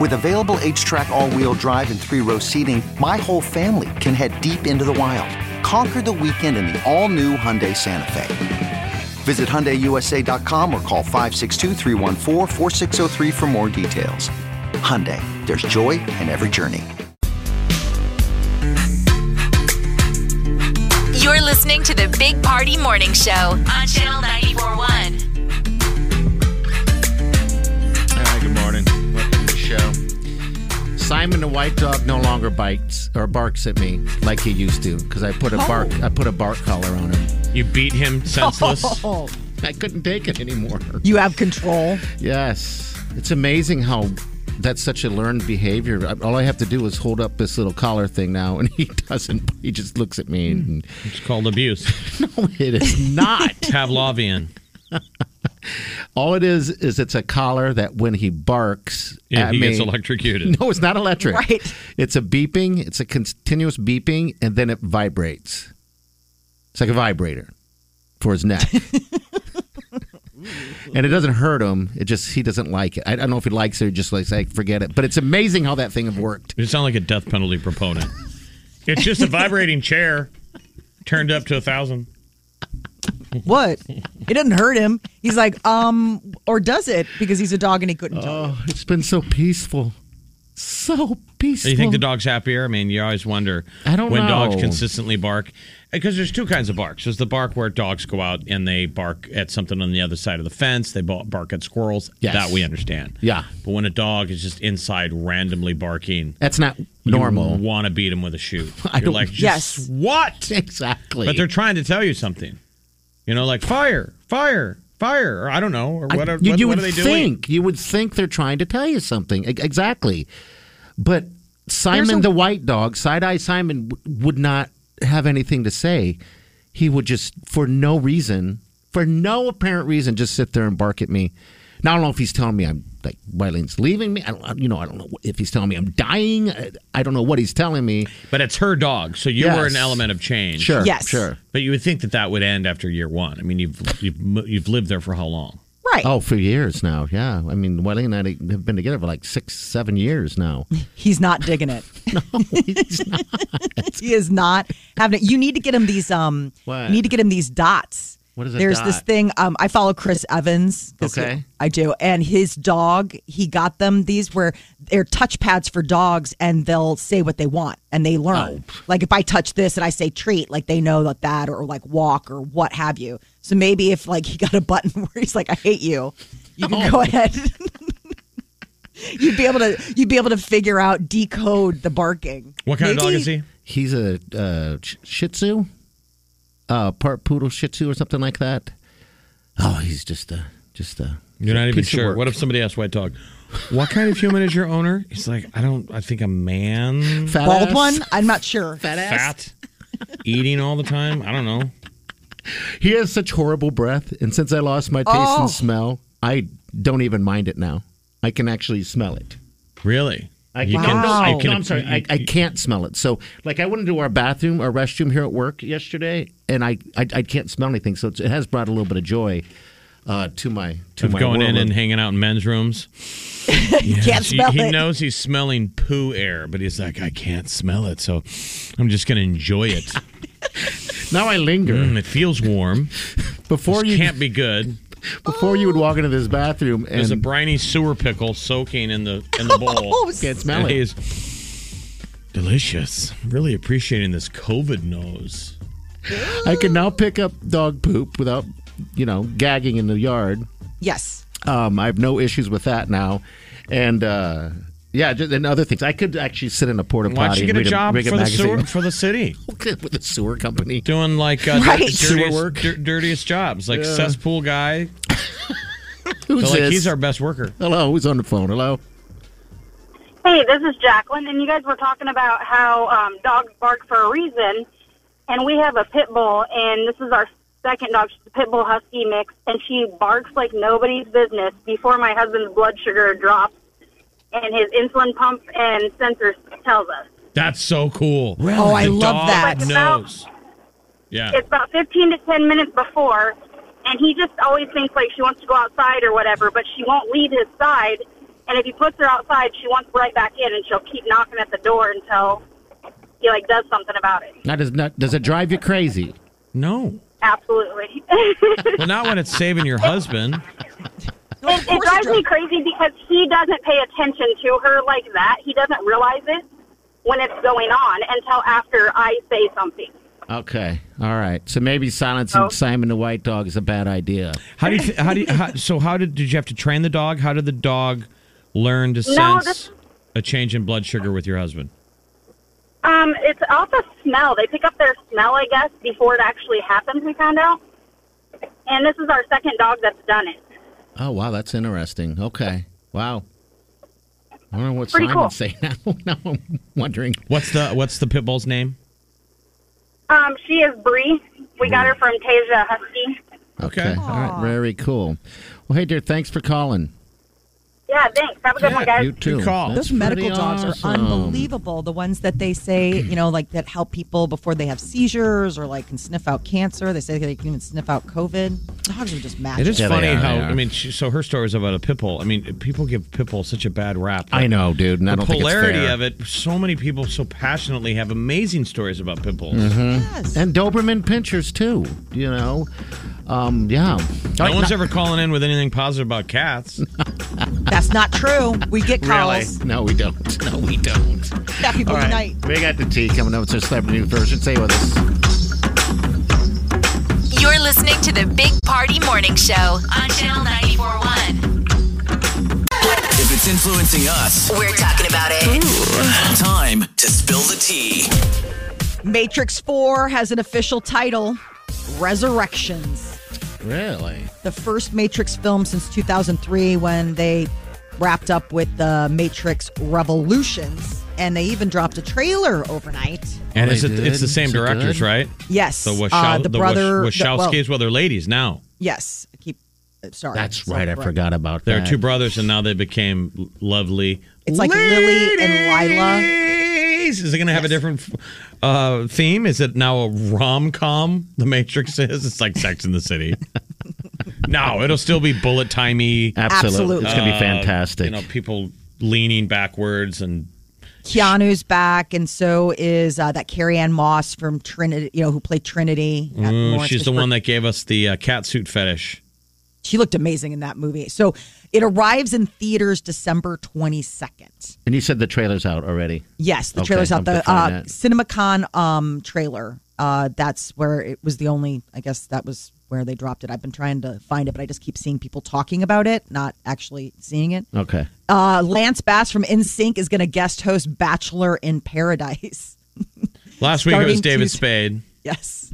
With available H track, all wheel drive, and three row seating, my whole family can head deep into the wild. Conquer the weekend in the all new Hyundai Santa Fe. Visit HyundaiUSA.com or call 562-314-4603 for more details. Hyundai, there's joy in every journey. You're listening to the Big Party Morning Show on Channel 941. All right, good morning. Welcome to the show. Simon the white dog no longer bites or barks at me like he used to because I put a bark Oh. I put a bark collar on him. You beat him senseless. Oh, I couldn't take it anymore. you have control. Yes, it's amazing how that's such a learned behavior. I- All I have to do is hold up this little collar thing now, and he doesn't. He just looks at me. And, It's called abuse. no, it is not. Pavlovian. All it is is it's a collar that when he barks Yeah, at he me, gets electrocuted. No, it's not electric. Right. It's a beeping. It's a continuous beeping, and then it vibrates. It's like a vibrator for his neck. and it doesn't hurt him. It just he doesn't like it. I, I don't know if he likes it or just like like, forget it. But it's amazing how that thing have worked. You sound like a death penalty proponent. it's just a vibrating chair turned up to a thousand. What? It didn't hurt him. He's like, um, or does it? Because he's a dog and he couldn't tell. Oh, it's been so peaceful, so Do peaceful. you think the dog's happier? I mean, you always wonder I don't when dogs know. consistently bark. Because there's two kinds of barks. There's the bark where dogs go out and they bark at something on the other side of the fence. They ba- bark at squirrels. Yes. That we understand. Yeah. But when a dog is just inside randomly barking, That's not normal. want to beat him with a shoe. I You're don't- like, just Yes. what? Exactly. But they're trying to tell you something. You know, like fire, fire, fire, or I don't know, or I- what, are, you, what, you what would are they doing? think you would think they're trying to tell you something E- exactly but simon a- the white dog side-eye simon w- would not have anything to say he would just for no reason for no apparent reason just sit there and bark at me now i don't know if he's telling me i'm like Wylene's leaving me i don't you know i don't know if he's telling me i'm dying i, I don't know what he's telling me But it's her dog, so you were Yes. an element of change. sure Yes. sure But you would think that that would end after year one. I mean, you've you've mo- you've lived there for how long? Right. oh for years now yeah i mean Wylene and i have been together for like six seven years now He's not digging it. no, he's not. he is not having it. You need to get him these um What? you need to get him these dots. What is a There's this dot? thing um I follow Chris Evans 'cause Okay. he- I do and his dog, he got them these where they're touch pads for dogs and they'll say what they want and they Oh. learn. Like if I touch this and I say treat, like they know that that or like walk or what have you. So maybe if like he got a button where he's like I hate you, you Oh. can go ahead you'd be able to you'd be able to figure out decode the barking. What kind of dog Maybe- is he? He's a uh, sh- Shih Tzu, uh, part poodle Shih Tzu or something like that. Oh, he's just a just a. You're not even piece of sure. work. What if somebody asked white dog, "What kind of human is your owner?" He's like, "I don't. I think a man, Fat Mm. Bald ass. one? I'm not sure. Fat ass. fat, eating all the time. I don't know." He has such horrible breath, and since I lost my taste Oh. and smell, I don't even mind it now. I can actually smell it. Really? I You can, Wow. I you can- am sorry. I, I you- can't smell it. So, like, I went into our bathroom, our restroom here at work yesterday, and I I, I can't smell anything. So it's, it has brought a little bit of joy uh, to my to of my going in world. and hanging out in men's rooms. You can't He, smell he it. knows he's smelling poo air, but he's like, I can't smell it, so I'm just going to enjoy it. Now I linger. Mm, it feels warm. Before This you can't be good. before you would walk into this bathroom and There's a briny sewer pickle soaking in the in the Oh, bowl. can't smell And it. he's delicious. Really appreciating this COVID nose. I can now pick up dog poop without, you know, gagging in the yard. Yes. Um, I have no issues with that now, and uh, yeah, just, and other things. I could actually sit in a porta potty. Why don't you get and a read job read for the sewer magazine. for the city? with the sewer company? Doing like uh, Right. the Sewer dirtiest, work. dir- dirtiest jobs, like cesspool guy. Who's So like this? he's our best worker. Hello, who's on the phone? Hello. Hey, this is Jacqueline, and you guys were talking about how um, dogs bark for a reason. And we have a pit bull, and this is our second dog. She's a pit bull husky mix, and she barks like nobody's business before my husband's blood sugar drops and his insulin pump and sensor tells us. That's so cool. Really? Oh, I love that. Knows. Yeah. It's about 15 to 10 minutes before, and he just always thinks like she wants to go outside or whatever, but she won't leave his side. And if he puts her outside, she wants right back in, and she'll keep knocking at the door until he like does something about it. Now does not does it drive you crazy? No. Absolutely. it, Well, not when it's saving your husband. it drives me crazy because he doesn't pay attention to her like that. He doesn't realize it when it's going on until after I say something. Okay, all right. So maybe silencing Oh. Simon the White Dog is a bad idea. How do you? Th- how do you? How, so how did did you have to train the dog? How did the dog learn to No, sense this- a change in blood sugar with your husband? Um, it's off of smell. They pick up their smell, I guess, before it actually happens, we found out. And this is our second dog that's done it. Oh wow, that's interesting. Okay, wow. I don't know what Pretty Simon cool. would say now. now I'm wondering. What's the What's the pit bull's name? Um, she is Bree. We got her from Tasia Husky. Okay. all right, very cool. Well, hey dear, thanks for calling. Yeah, thanks. Have a good one, guys. You too. Good call. That's Those medical pretty dogs awesome. are unbelievable. The ones that they say, you know, like that help people before they have seizures or like can sniff out cancer. They say they can even sniff out COVID. Dogs are just magic. It is Yeah, they funny are, how they are. I mean. She, so her story is about a pit bull. I mean, people give pit bull such a bad rap. I know, dude, and I the don't think it's polarity fair. of it. So many people so passionately have amazing stories about pit bulls. Mm-hmm. Yes. and Doberman pinchers too. You know, um, yeah. No one's ever calling in with anything positive about cats. That's not true. We get calls. No, we don't. No, we don't. Happy people unite. We got the tea coming up. It's our celebrity news version. Stay with us. You're listening to the Big Party Morning Show on Channel 941. If it's influencing us, We're talking about it. time to spill the tea. Matrix 4 has an official title Resurrections. Really? The first Matrix film since 2003 when they wrapped up with the Matrix Revolutions. And they even dropped a trailer overnight. And they it's, a, did? it's the same Is it directors, good? right? Yes. The, Wachow- uh, the the brother. Wash- the- well, Wachowskis. well, they're ladies now. Yes. I keep. uh, Sorry. That's So, right. I forgot about They're that. two brothers, and now they became l- lovely. It's like Lily and Lila. Ladies! Is it going to have a different uh, theme? Is it now a rom com? The Matrix is. It's like Sex in the City. no, it'll still be bullet timey. Absolutely. Absolutely. It's going to be uh, fantastic. you know, people leaning backwards and Keanu's back, and so is uh, that Carrie Ann Moss from Trinity, you know, who played Trinity. at Lawrence Mm, she's the Fishburne. one that gave us the uh, catsuit fetish. She looked amazing in that movie. So it arrives in theaters December 22nd. and you said the trailer's out already. Yes, the Okay, trailer's I'm out. The gonna uh, find that. CinemaCon um, trailer. Uh, that's where it was the only, I guess that was where they dropped it. I've been trying to find it, but I just keep seeing people talking about it, not actually seeing it. Okay. Uh, Lance Bass from NSYNC is going to guest host Bachelor in Paradise. Last week it was Starting David Tuesday. Spade. yes.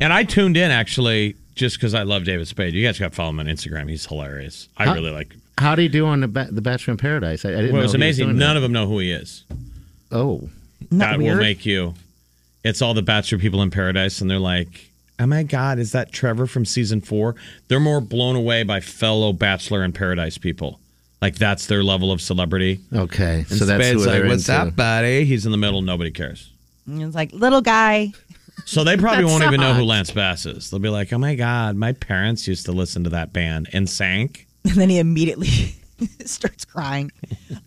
And I tuned in actually just because I love David Spade. You guys got to follow him on Instagram. He's hilarious. I Huh? really like. How do you do on the, ba- the Bachelor in Paradise? I, I didn't Well, know it was amazing. None of them know who he is. Oh, Isn't that that weird? will make you. It's all the Bachelor people in paradise, and they're like, "Oh my God, is that Trevor from season four? They're more blown away by fellow Bachelor in Paradise people. Like that's their level of celebrity. okay. And so that's Spade's who like, they're "What's into. up, buddy?" He's in the middle. Nobody cares. And it's like, little guy. So they probably That won't even know who sucks. Lance Bass is. They'll be like, "Oh my God, my parents used to listen to that band and sank." And then he immediately starts crying.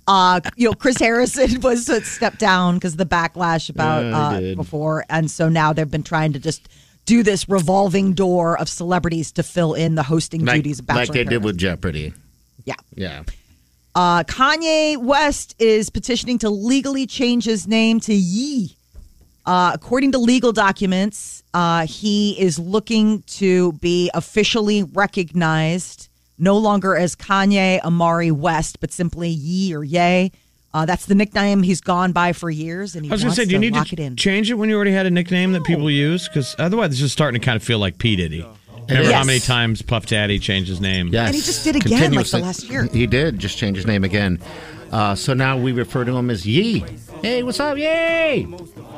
Uh, you know, Chris Harrison was stepped down because the backlash about Yeah, he uh, did. before, and so now they've been trying to just do this revolving door of celebrities to fill in the hosting like, duties of Bachelor like they did Paradise. with Jeopardy. yeah. Yeah. Uh, Kanye West is petitioning to legally change his name to Yee. Uh, according to legal documents, uh, he is looking to be officially recognized no longer as Kanye Amari West, but simply Yee or Ye. Uh, that's the nickname he's gone by for years, and he I was going wants to say, do you need lock to it in. change it when you already had a nickname that people use? Because otherwise, it's just starting to kind of feel like P. Diddy. Remember how Yes. many times Puff Daddy changed his name? Yes. And he just did again, like the Continuously. last year. He did just change his name again. Uh, so now we refer to him as Yee. Hey, what's up, Yee?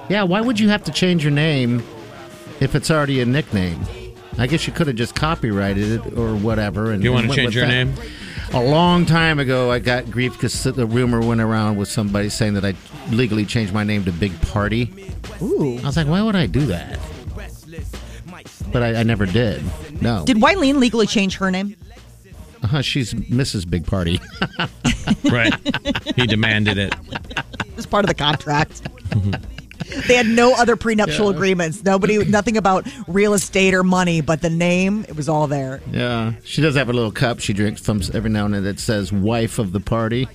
Yeah, why would you have to change your name if it's already a nickname? I guess you could have just copyrighted it or whatever. And You want and to went with change your that. A name? long time ago, I got grief because the rumor went around with somebody saying that I legally changed my name to Big Party. Ooh. I was like, why would I do that? But I, I never did. No. Did Wileen legally change her name? Uh-huh, she's Mrs. Big Party. Right. he demanded it. It was part of the contract. they had no other prenuptial agreements. Nobody, nothing about real estate or money, but the name, it was all there. yeah. She does have a little cup she drinks from every now and then that says wife of the party.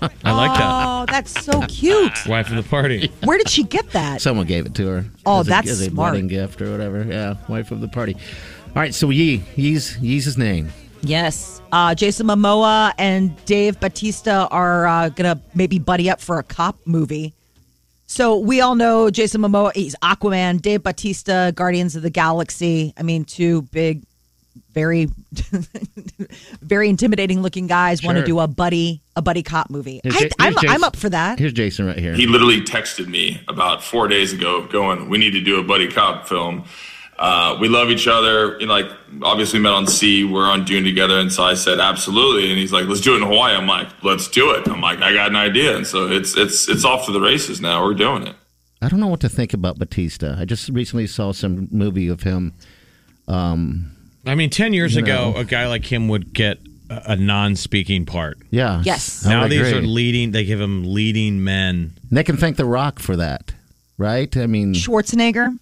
I like that. Oh, that's so cute. Wife of the party. Where did she get that? Someone gave it to her. Oh, as a- that's as a smart. wedding gift or whatever. Yeah, wife of the party. All right, so Yee. Yee's, Yee's his name. yes. Uh, Jason Momoa and Dave Batista are uh, going to maybe buddy up for a cop movie. So we all know Jason Momoa, he's Aquaman, Dave Batista, Guardians of the Galaxy. I mean, two big, very, very intimidating looking guys want to Sure. do a buddy, a buddy cop movie. Here's I, Ja- I'm, here's Jason. I'm up for that. Here's Jason right here. He literally texted me about four days ago, going, "We need to do a buddy cop film. Uh, we love each other. You know, like obviously met on C. We're on Dune together." And so I said, "Absolutely." And he's like, "Let's do it in Hawaii." I'm like, "Let's do it." I'm like, "I got an idea." And so it's it's it's off to the races now. We're doing it. I don't know what to think about Batista. I just recently saw some movie of him. I mean, 10 years You ago, know. a guy like him would get a, a non speaking part. Yeah. Yes. I Now would these agree. are leading, they give him leading men. They can thank The Rock for that, right? I mean, Schwarzenegger.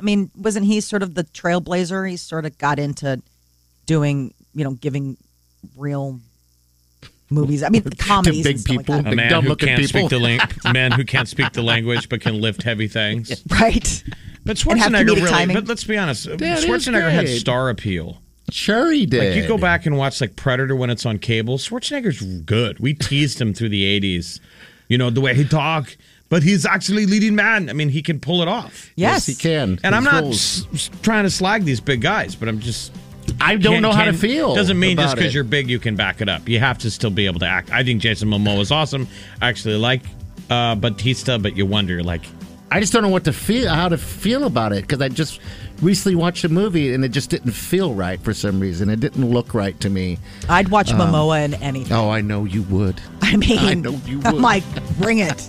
I mean, wasn't he sort of the trailblazer? He sort of got into doing, you know, giving real movies. I mean, comedies. big and stuff people. Like A Big man who dumb-looking can't people. speak the link, men who can't speak the language but can lift heavy things. that. Right. But And have Schwarzenegger comedic really. timing. But let's be honest, Yeah, it is Schwarzenegger had great. star appeal. sure he did. Like you go back and watch like Predator when it's on cable. Schwarzenegger's good. We teased him through the '80s. You know the way he talk, but he's actually leading man. I mean, he can pull it off. Yes. Yes, he can. And I'm He not rules. s- s- trying to slag these big guys, but I'm just I don't can't- know how to can't- feel. Doesn't mean just about because it. you're big, you can back it up. You have to still be able to act. I think Jason Momoa is awesome. I actually like uh, Batista, but you wonder like I just don't know what to feel, how to feel about it, because I just recently watched a movie and it just didn't feel right for some reason. It didn't look right to me. I'd watch Momoa in anything. Oh, I know you would. I mean, Um, I know you am would. like, bring it.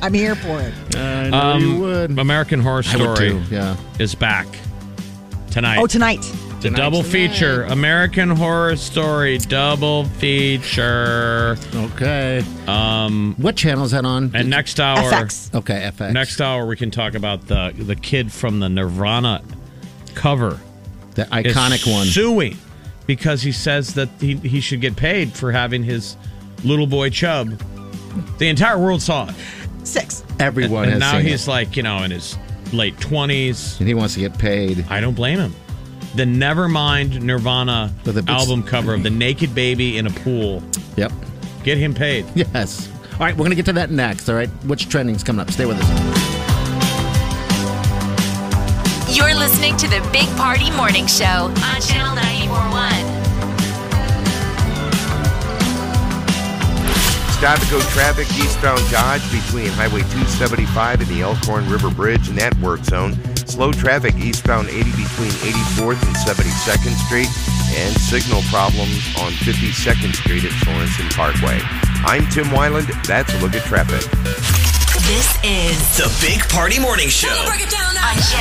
I'm here for it. I know um, you would. American Horror I Story would too. Yeah. is back tonight. Oh, tonight. The double feature, American Horror Story double feature, Okay. Um. What channel is that on? and next hour, FX. okay, FX. next hour we can talk about the the kid from the Nirvana cover, the is iconic one. suing because he says that he, he should get paid for having his little boy Chub. The entire world saw it, Six. Everyone and has now seen he's it. like you know in his late twenties. and he wants to get paid. I don't blame him. The Nevermind Nirvana With a big- album cover of the naked baby in a pool. Yep. Get him paid. Yes. All right, we're going to get to that next. All right, what's trending's coming up? Stay with us. You're listening to the Big Party Morning Show on Channel 941. Stavico traffic eastbound Dodge between Highway 275 and the Elkhorn River Bridge in that work zone. Slow traffic eastbound 80 between 84th and 72nd Street. And signal problems on 52nd Street at Sorensen Parkway. I'm Tim Wyland. That's a look at traffic. This is The Big Party Morning Show. on Channel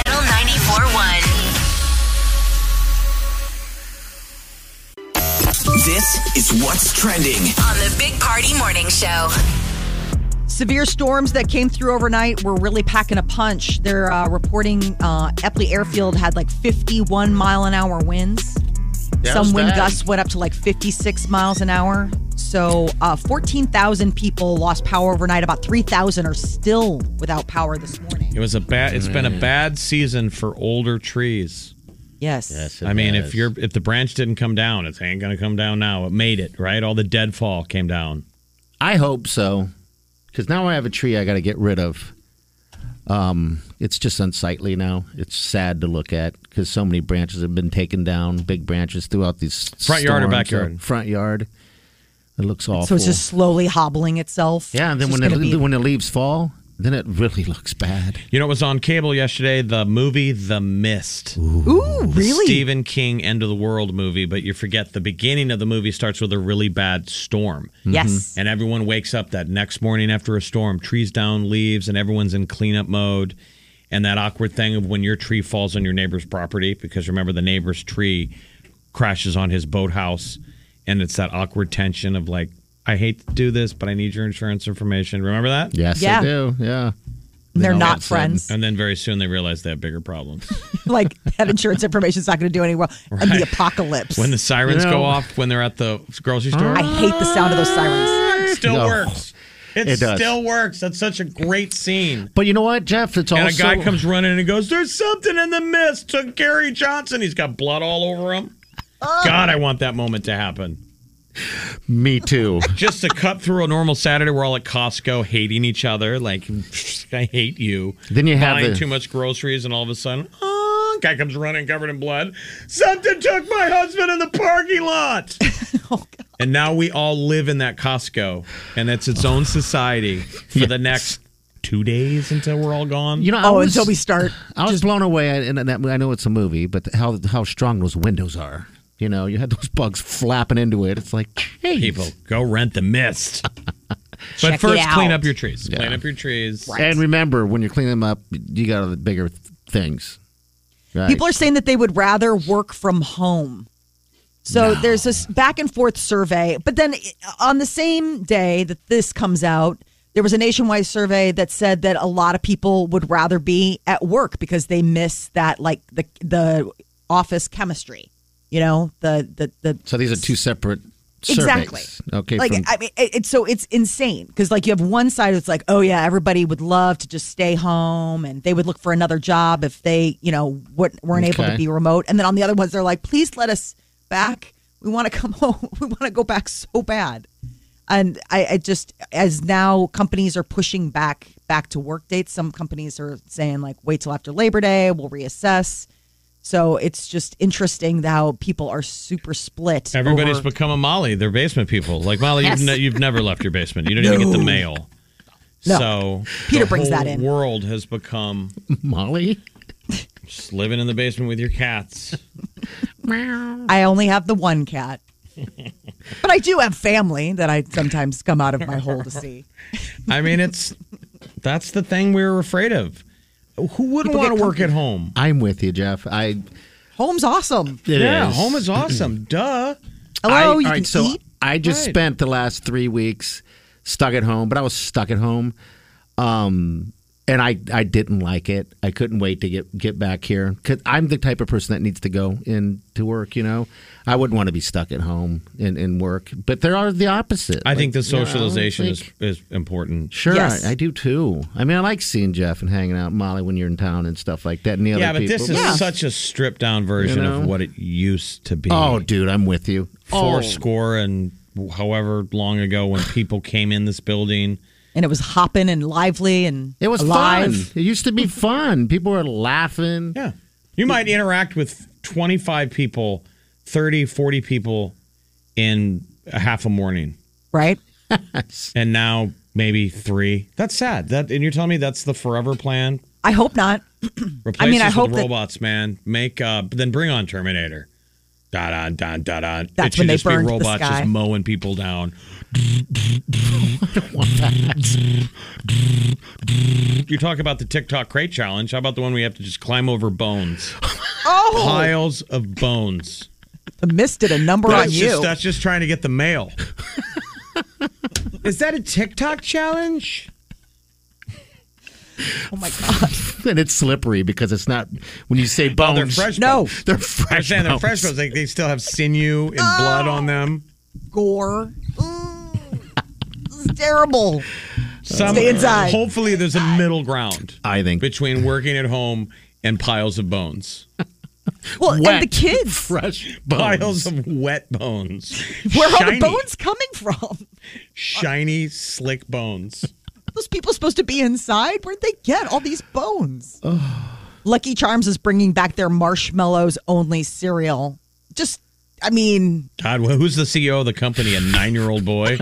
941. This is what's trending. on the Big Party Morning Show. Severe storms that came through overnight were really packing a punch. They're uh, reporting uh, Epley Airfield had like 51 mile an hour winds. Yeah, it was Some wind bad. gusts went up to like 56 miles an hour. So uh, 14,000 people lost power overnight. About 3,000 are still without power this morning. It was a bad. It's Mm. been a bad season for older trees. Yes. Yes, it I mean, has. if you're if the branch didn't come down, it ain't gonna come down now. It made it right. All the deadfall came down. I hope so, because now I have a tree I got to get rid of. Um, it's just unsightly now. It's sad to look at because so many branches have been taken down, big branches throughout these Front yard or storms. backyard? Uh, Front yard. It looks awful. So it's just slowly hobbling itself. yeah. And then It's when just it, gonna be- when the leaves fall, then it really looks bad. You know, it was on cable yesterday. The movie The Mist. Ooh, really? Stephen King End of the World movie, but you forget the beginning of the movie starts with a really bad storm. Yes. And everyone wakes up that next morning after a storm, trees down, leaves, and everyone's in cleanup mode. And that awkward thing of when your tree falls on your neighbor's property, because remember the neighbor's tree crashes on his boathouse, and it's that awkward tension of like, I hate to do this, but I need your insurance information. Remember that? Yes, Yeah. I do. Yeah. Then They're all of not a sudden- friends. And then very soon they realize they have bigger problems. like that insurance information's not going to do any well. And the apocalypse. When the sirens You know. go off, when they're at the grocery store, I hate the sound of those sirens. It still No. works. It, It does. still works. That's such a great scene. But you know what, Jeff? It's and also a guy comes running and goes, "There's something in the mist." Took Gary Johnson. He's got blood all over him. God, I want that moment to happen. Me too. Just to cut through a normal Saturday, we're all at Costco hating each other. Like, I hate you. Then you have buying the- too much groceries, and all of a sudden, oh, guy comes running covered in blood. Something took my husband in the parking lot. Oh, And now we all live in that Costco, and it's its own society for the next two days until we're all gone. Ah, You know, I oh, was- until we start. I was blown away, and and that, I know it's a movie, but how how strong those windows are. You know, you had those bugs flapping into it. It's like, jeez. people go rent the mist. Check but it first, clean out. up your trees. Yeah. Clean up your trees. And remember, when you're cleaning them up, you got other bigger th- things. Right? People are saying that they would rather work from home. So there's this back and forth survey. But then on the same day that this comes out, there was a nationwide survey that said that a lot of people would rather be at work because they miss that like the the office chemistry. You know, the the the so these are two separate surveys. Exactly. Okay. Like from- I mean, it, it's so it's insane because like you have one side that's like, oh yeah, everybody would love to just stay home and they would look for another job if they, you know, what weren't able Okay. to be remote, and then on the other ones they're like, please let us back. We want to come home. We want to go back so bad. And I, I just as now companies are pushing back back to work dates. Some companies are saying like, wait till after Labor Day, we'll reassess. So it's just interesting how people are super split. Everybody's over- become a Molly. They're basement people. Like Molly, Yes. you've, ne- you've never left your basement. You don't even get the No. mail. No. So Peter the brings whole that in. World has become Molly. Just living in the basement with your cats. I only have the one cat. but I do have family that I sometimes come out of my hole to see. I mean, it's that's the thing we were afraid of. Who wouldn't People want get to work at comfy. home? I'm with you, Jeff. I. Home's awesome. It yeah, is. home is awesome. Duh. Hello, I, Oh, you all can right, so eat. I just Right. spent the last three weeks stuck at home, but I was stuck at home, um, and I I didn't like it. I couldn't wait to get get back here because I'm the type of person that needs to go in to work. You know, I wouldn't want to be stuck at home and, and work. But there are the opposite. I think the Like, you know, socialization like- is is important. Sure, I, I do too. I mean, I like seeing Jeff and hanging out, with Molly, when you're in town and stuff like that. And the yeah, other but people. this is such a stripped down You version know? of what it used to be. Oh, dude, I'm with you. four Oh. score and however long ago when people came in this building. And it was hopping and lively and It was alive. fun. It used to be fun. People were laughing. Yeah. You might interact with 25 people, 30, 40 people in a half a morning. Right? and now maybe three. That's sad. That and you're telling me that's the forever plan? I hope not. Replace I mean, us I with hope that- robots, man. Make uh then bring on Terminator. Da da da da da. it That's should when they just be burned the robots sky. just mowing people down. You talk about the TikTok crate challenge. How about the one we have to just climb over bones? Oh, Piles of bones. missed it a number on That's you. just, that's just trying to get the mail. Is that a TikTok challenge? Oh my god! and it's slippery because it's not when you say bones. they're fresh. No, they're fresh. They're saying they're bones. fresh bones. Like they still have sinew and blood on Oh. them. Gore. This is terrible. Some, Stay inside. Hopefully, there's a middle ground. I think between working at home and piles of bones. Well, and the Wet, kids. Fresh Piles of wet bones. Where are shiny, the bones coming from? Shiny, slick bones. Those people supposed to be inside? Where'd they get all these bones? Lucky Charms is bringing back their marshmallows only cereal. Just, I mean, God, wh- who's the CEO of the company? A nine-year-old boy?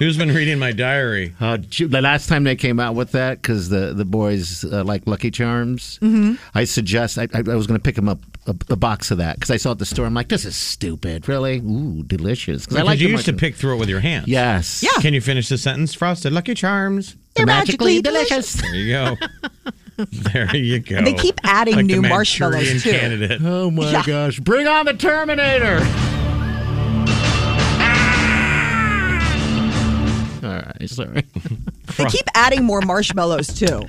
Who's been reading my diary? Uh, Ju- the last time they came out with that, because the the boys uh, like Lucky Charms, Mm-hmm. Mhm. I suggest I, I, I was going to pick them up a, a box of that because I saw it at the store. I'm like, this is stupid, really. Ooh, delicious. Because like you the used to marshmallow. pick through it with your hands. Yes. Yeah. Can you finish the sentence? Frosted Lucky Charms. They're magically delicious. There you go. there you go. And they keep adding Oh, Like the new marshmallows, Manchurian too. Candidate. Oh my Yeah. gosh! Bring on the Terminator. All right, sorry. they keep adding more marshmallows too.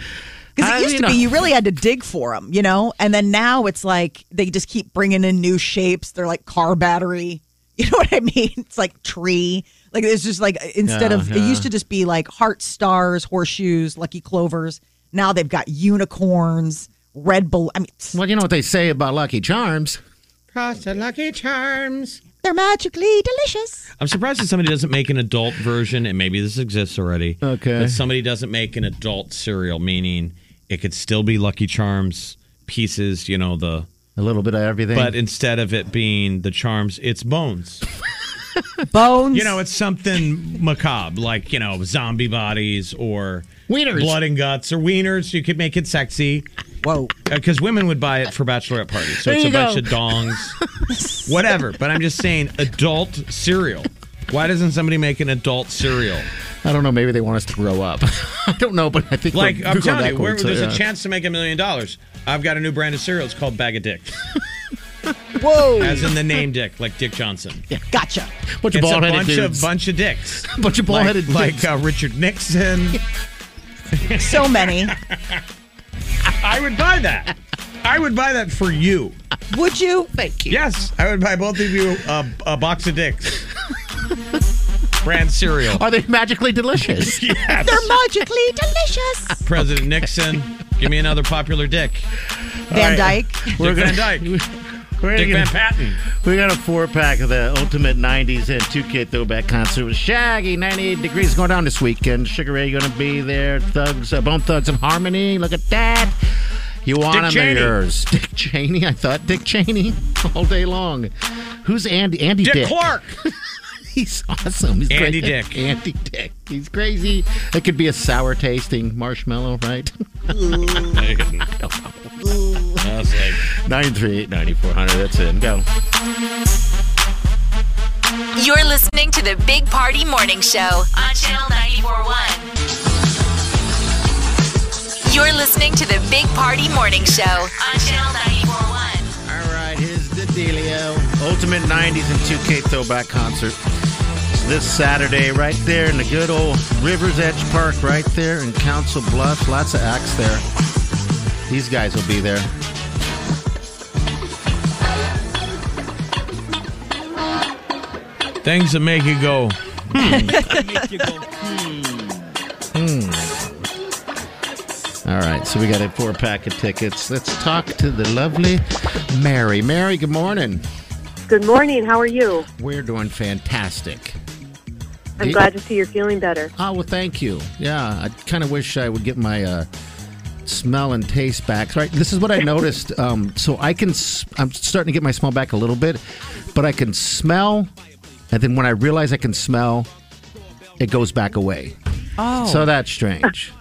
Because I it used mean, to be uh, you really had to dig for them, you know? And then now it's like they just keep bringing in new shapes. They're like car battery. You know what I mean? It's like tree. Like it's just like uh, instead Yeah, of yeah. it used to just be like heart stars, horseshoes, lucky clovers. Now they've got unicorns, red bull. I mean, Well, you know what they say about Lucky Charms. Frosted Lucky Charms. They're magically delicious. I'm surprised that somebody doesn't make an adult version, and maybe this exists already. Okay. That somebody doesn't make an adult cereal, meaning it could still be Lucky Charms pieces, you know, the. A little bit of everything. But instead of it being the charms, it's bones. bones. You know, it's something macabre, like, you know, zombie bodies or Wieners. blood and guts or wieners. You could make it sexy. Whoa. Because women would buy it for bachelorette parties. So There it's a you go. bunch of dongs, whatever. But I'm just saying, adult cereal. Why doesn't somebody make an adult cereal? I don't know. Maybe they want us to grow up. I don't know, but I think we're- Like, we're, I'm going telling that you, we're, way, so, there's yeah. a chance to make a million dollars. I've got a new brand of cereal. It's called Bag of Dick. Whoa. As in the name Dick, like Dick Johnson. Yeah, gotcha. Bunch of it's a bald-headed bunch dudes. of bunch of dicks. bunch of bald-headed like, dicks. like uh, Richard Nixon. so many. I would buy that. I would buy that for you. Would you? Thank you. Yes, I would buy both of you a, a box of dicks. Brand cereal. Are they magically delicious? yes. They're magically delicious. President Nixon, give me another popular dick. Van All right. Dyke. Dick Van Dyke. We're Dick gonna- Van Patten. We got a four pack of the Ultimate 90s and 2K Throwback Concert with Shaggy. 98 Degrees going down this weekend. Sugar Ray going to be there. Thugs, uh, Bone Thugs and Harmony. Look at that. Juana Dick Cheney. Mayers. Dick Cheney. I thought Dick Cheney all day long. Who's Andy? Andy Dick. Dick Clark. He's awesome. He's Andy great. Dick. Andy Dick. He's crazy. It could be a sour tasting marshmallow, right? I was like, 938 9400. That's it. Go. You're listening to the Big Party Morning Show on Channel 941. You're listening to the Big Party Morning Show on Channel 941. All right, here's the dealio. Ultimate 90s and 2K Throwback Concert. This Saturday, right there in the good old Rivers Edge Park, right there in Council Bluffs. Lots of acts there. These guys will be there. Things that make you go. Hmm. All right, so we got a four pack of tickets. Let's talk to the lovely Mary. Mary, good morning. Good morning. How are you? We're doing fantastic. I'm Yeah. glad to see you're feeling better. Oh, well, thank you. Yeah, I kind of wish I would get my uh, smell and taste back. Right, this is what I noticed. Um, so I can, s- I'm starting to get my smell back a little bit, but I can smell, and then when I realize I can smell, it goes back away. Oh. so that's strange.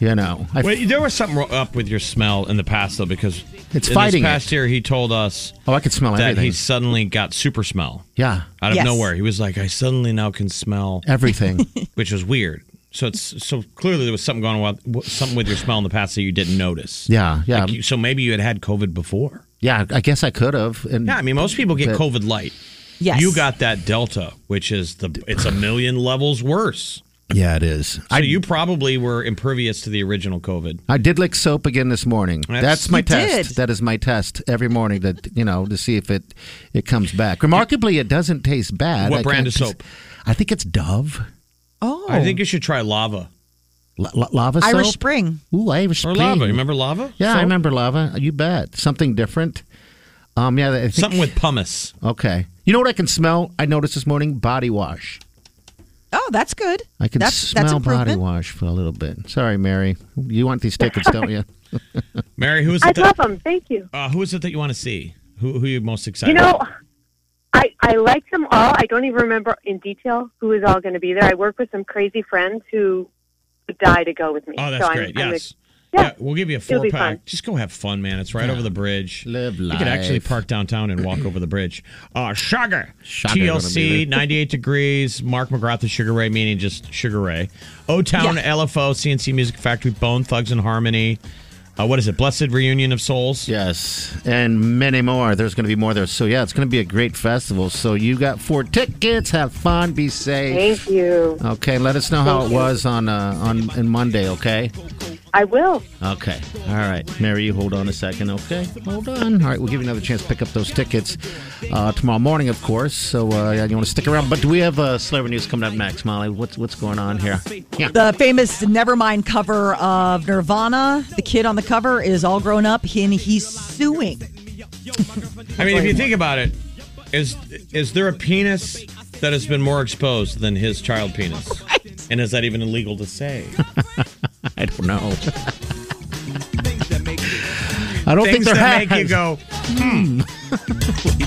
you know, I, Wait, there was something ro- up with your smell in the past, though, because It's in fighting This past year, he told us. Oh, I could smell that everything. he suddenly got super smell. Yeah. out of Yes. nowhere, he was like, "I suddenly now can smell everything," which was weird. So it's so clearly there was something going on, with- something with your smell in the past that you didn't notice. Yeah, yeah. Like you- so maybe you had had COVID before. Yeah, I guess I could have. And Yeah, I mean, most people get but- COVID light. Yes. You got that Delta, which is the it's a million levels worse. Yeah, it is. So you probably were impervious to the original COVID. I did lick soap again this morning. That's, That's- my You test. did. That is my test every morning to you know to see if it it comes back. Remarkably, it doesn't taste bad. What I brand can't of just- soap? I think it's Dove. Oh, I think you should try lava La- la- lava Irish soap. Spring. Ooh, Irish or Spring. lava. Remember lava? Yeah, I Soap? remember lava. You bet. Something different. Um, yeah, I think- something with pumice. Okay. You know what I can smell? I noticed this morning body wash. Oh, that's good. I can that's, smell that's improvement. body wash for a little bit. Sorry, Mary. You want these tickets, don't you? Mary, who is I it? love That, them. Thank you. uh, who is it that you want to see? Who who are you most excited? You know, about? I, I like them all. I don't even remember in detail who is all going to be there. I work with some crazy friends who would die to go with me. Oh, that's so I'm- great. yes. I'm ex- yeah. we'll give you a It'll four be pack. fun. Just go have fun, man. It's right over the bridge. Live You life. could actually park downtown and walk over the bridge. Uh, Sugar. Sugar gonna be TLC, there. 98 Degrees, Mark McGrath, the Sugar Ray, meaning just Sugar Ray. O Town, LFO, CNC Music Factory, Bone Thugs and Harmony. Uh, what is it? Blessed Reunion of Souls? Yes, and many more. There's going to be more there. So yeah, it's going to be a great festival. So you got four tickets. Have fun. Oh. Be safe. Thank you. Okay, let us know how it was on uh, on on Monday. Okay. I will. Okay. All right, Mary, you hold on a second. Okay, hold on. All right, we'll give you another chance to pick up those tickets uh, tomorrow morning, of course. So uh, yeah, you want to stick around. But do we have uh, celebrity news coming up next, Molly? What's what's going on here? Yeah. The famous Nevermind cover of Nirvana. The kid on the cover is all grown up and he's suing. I mean, if you think about it, is is there a penis that has been more exposed than his child penis? And is that even illegal to say? I don't know. I don't think Things there has. that make you go, hmm.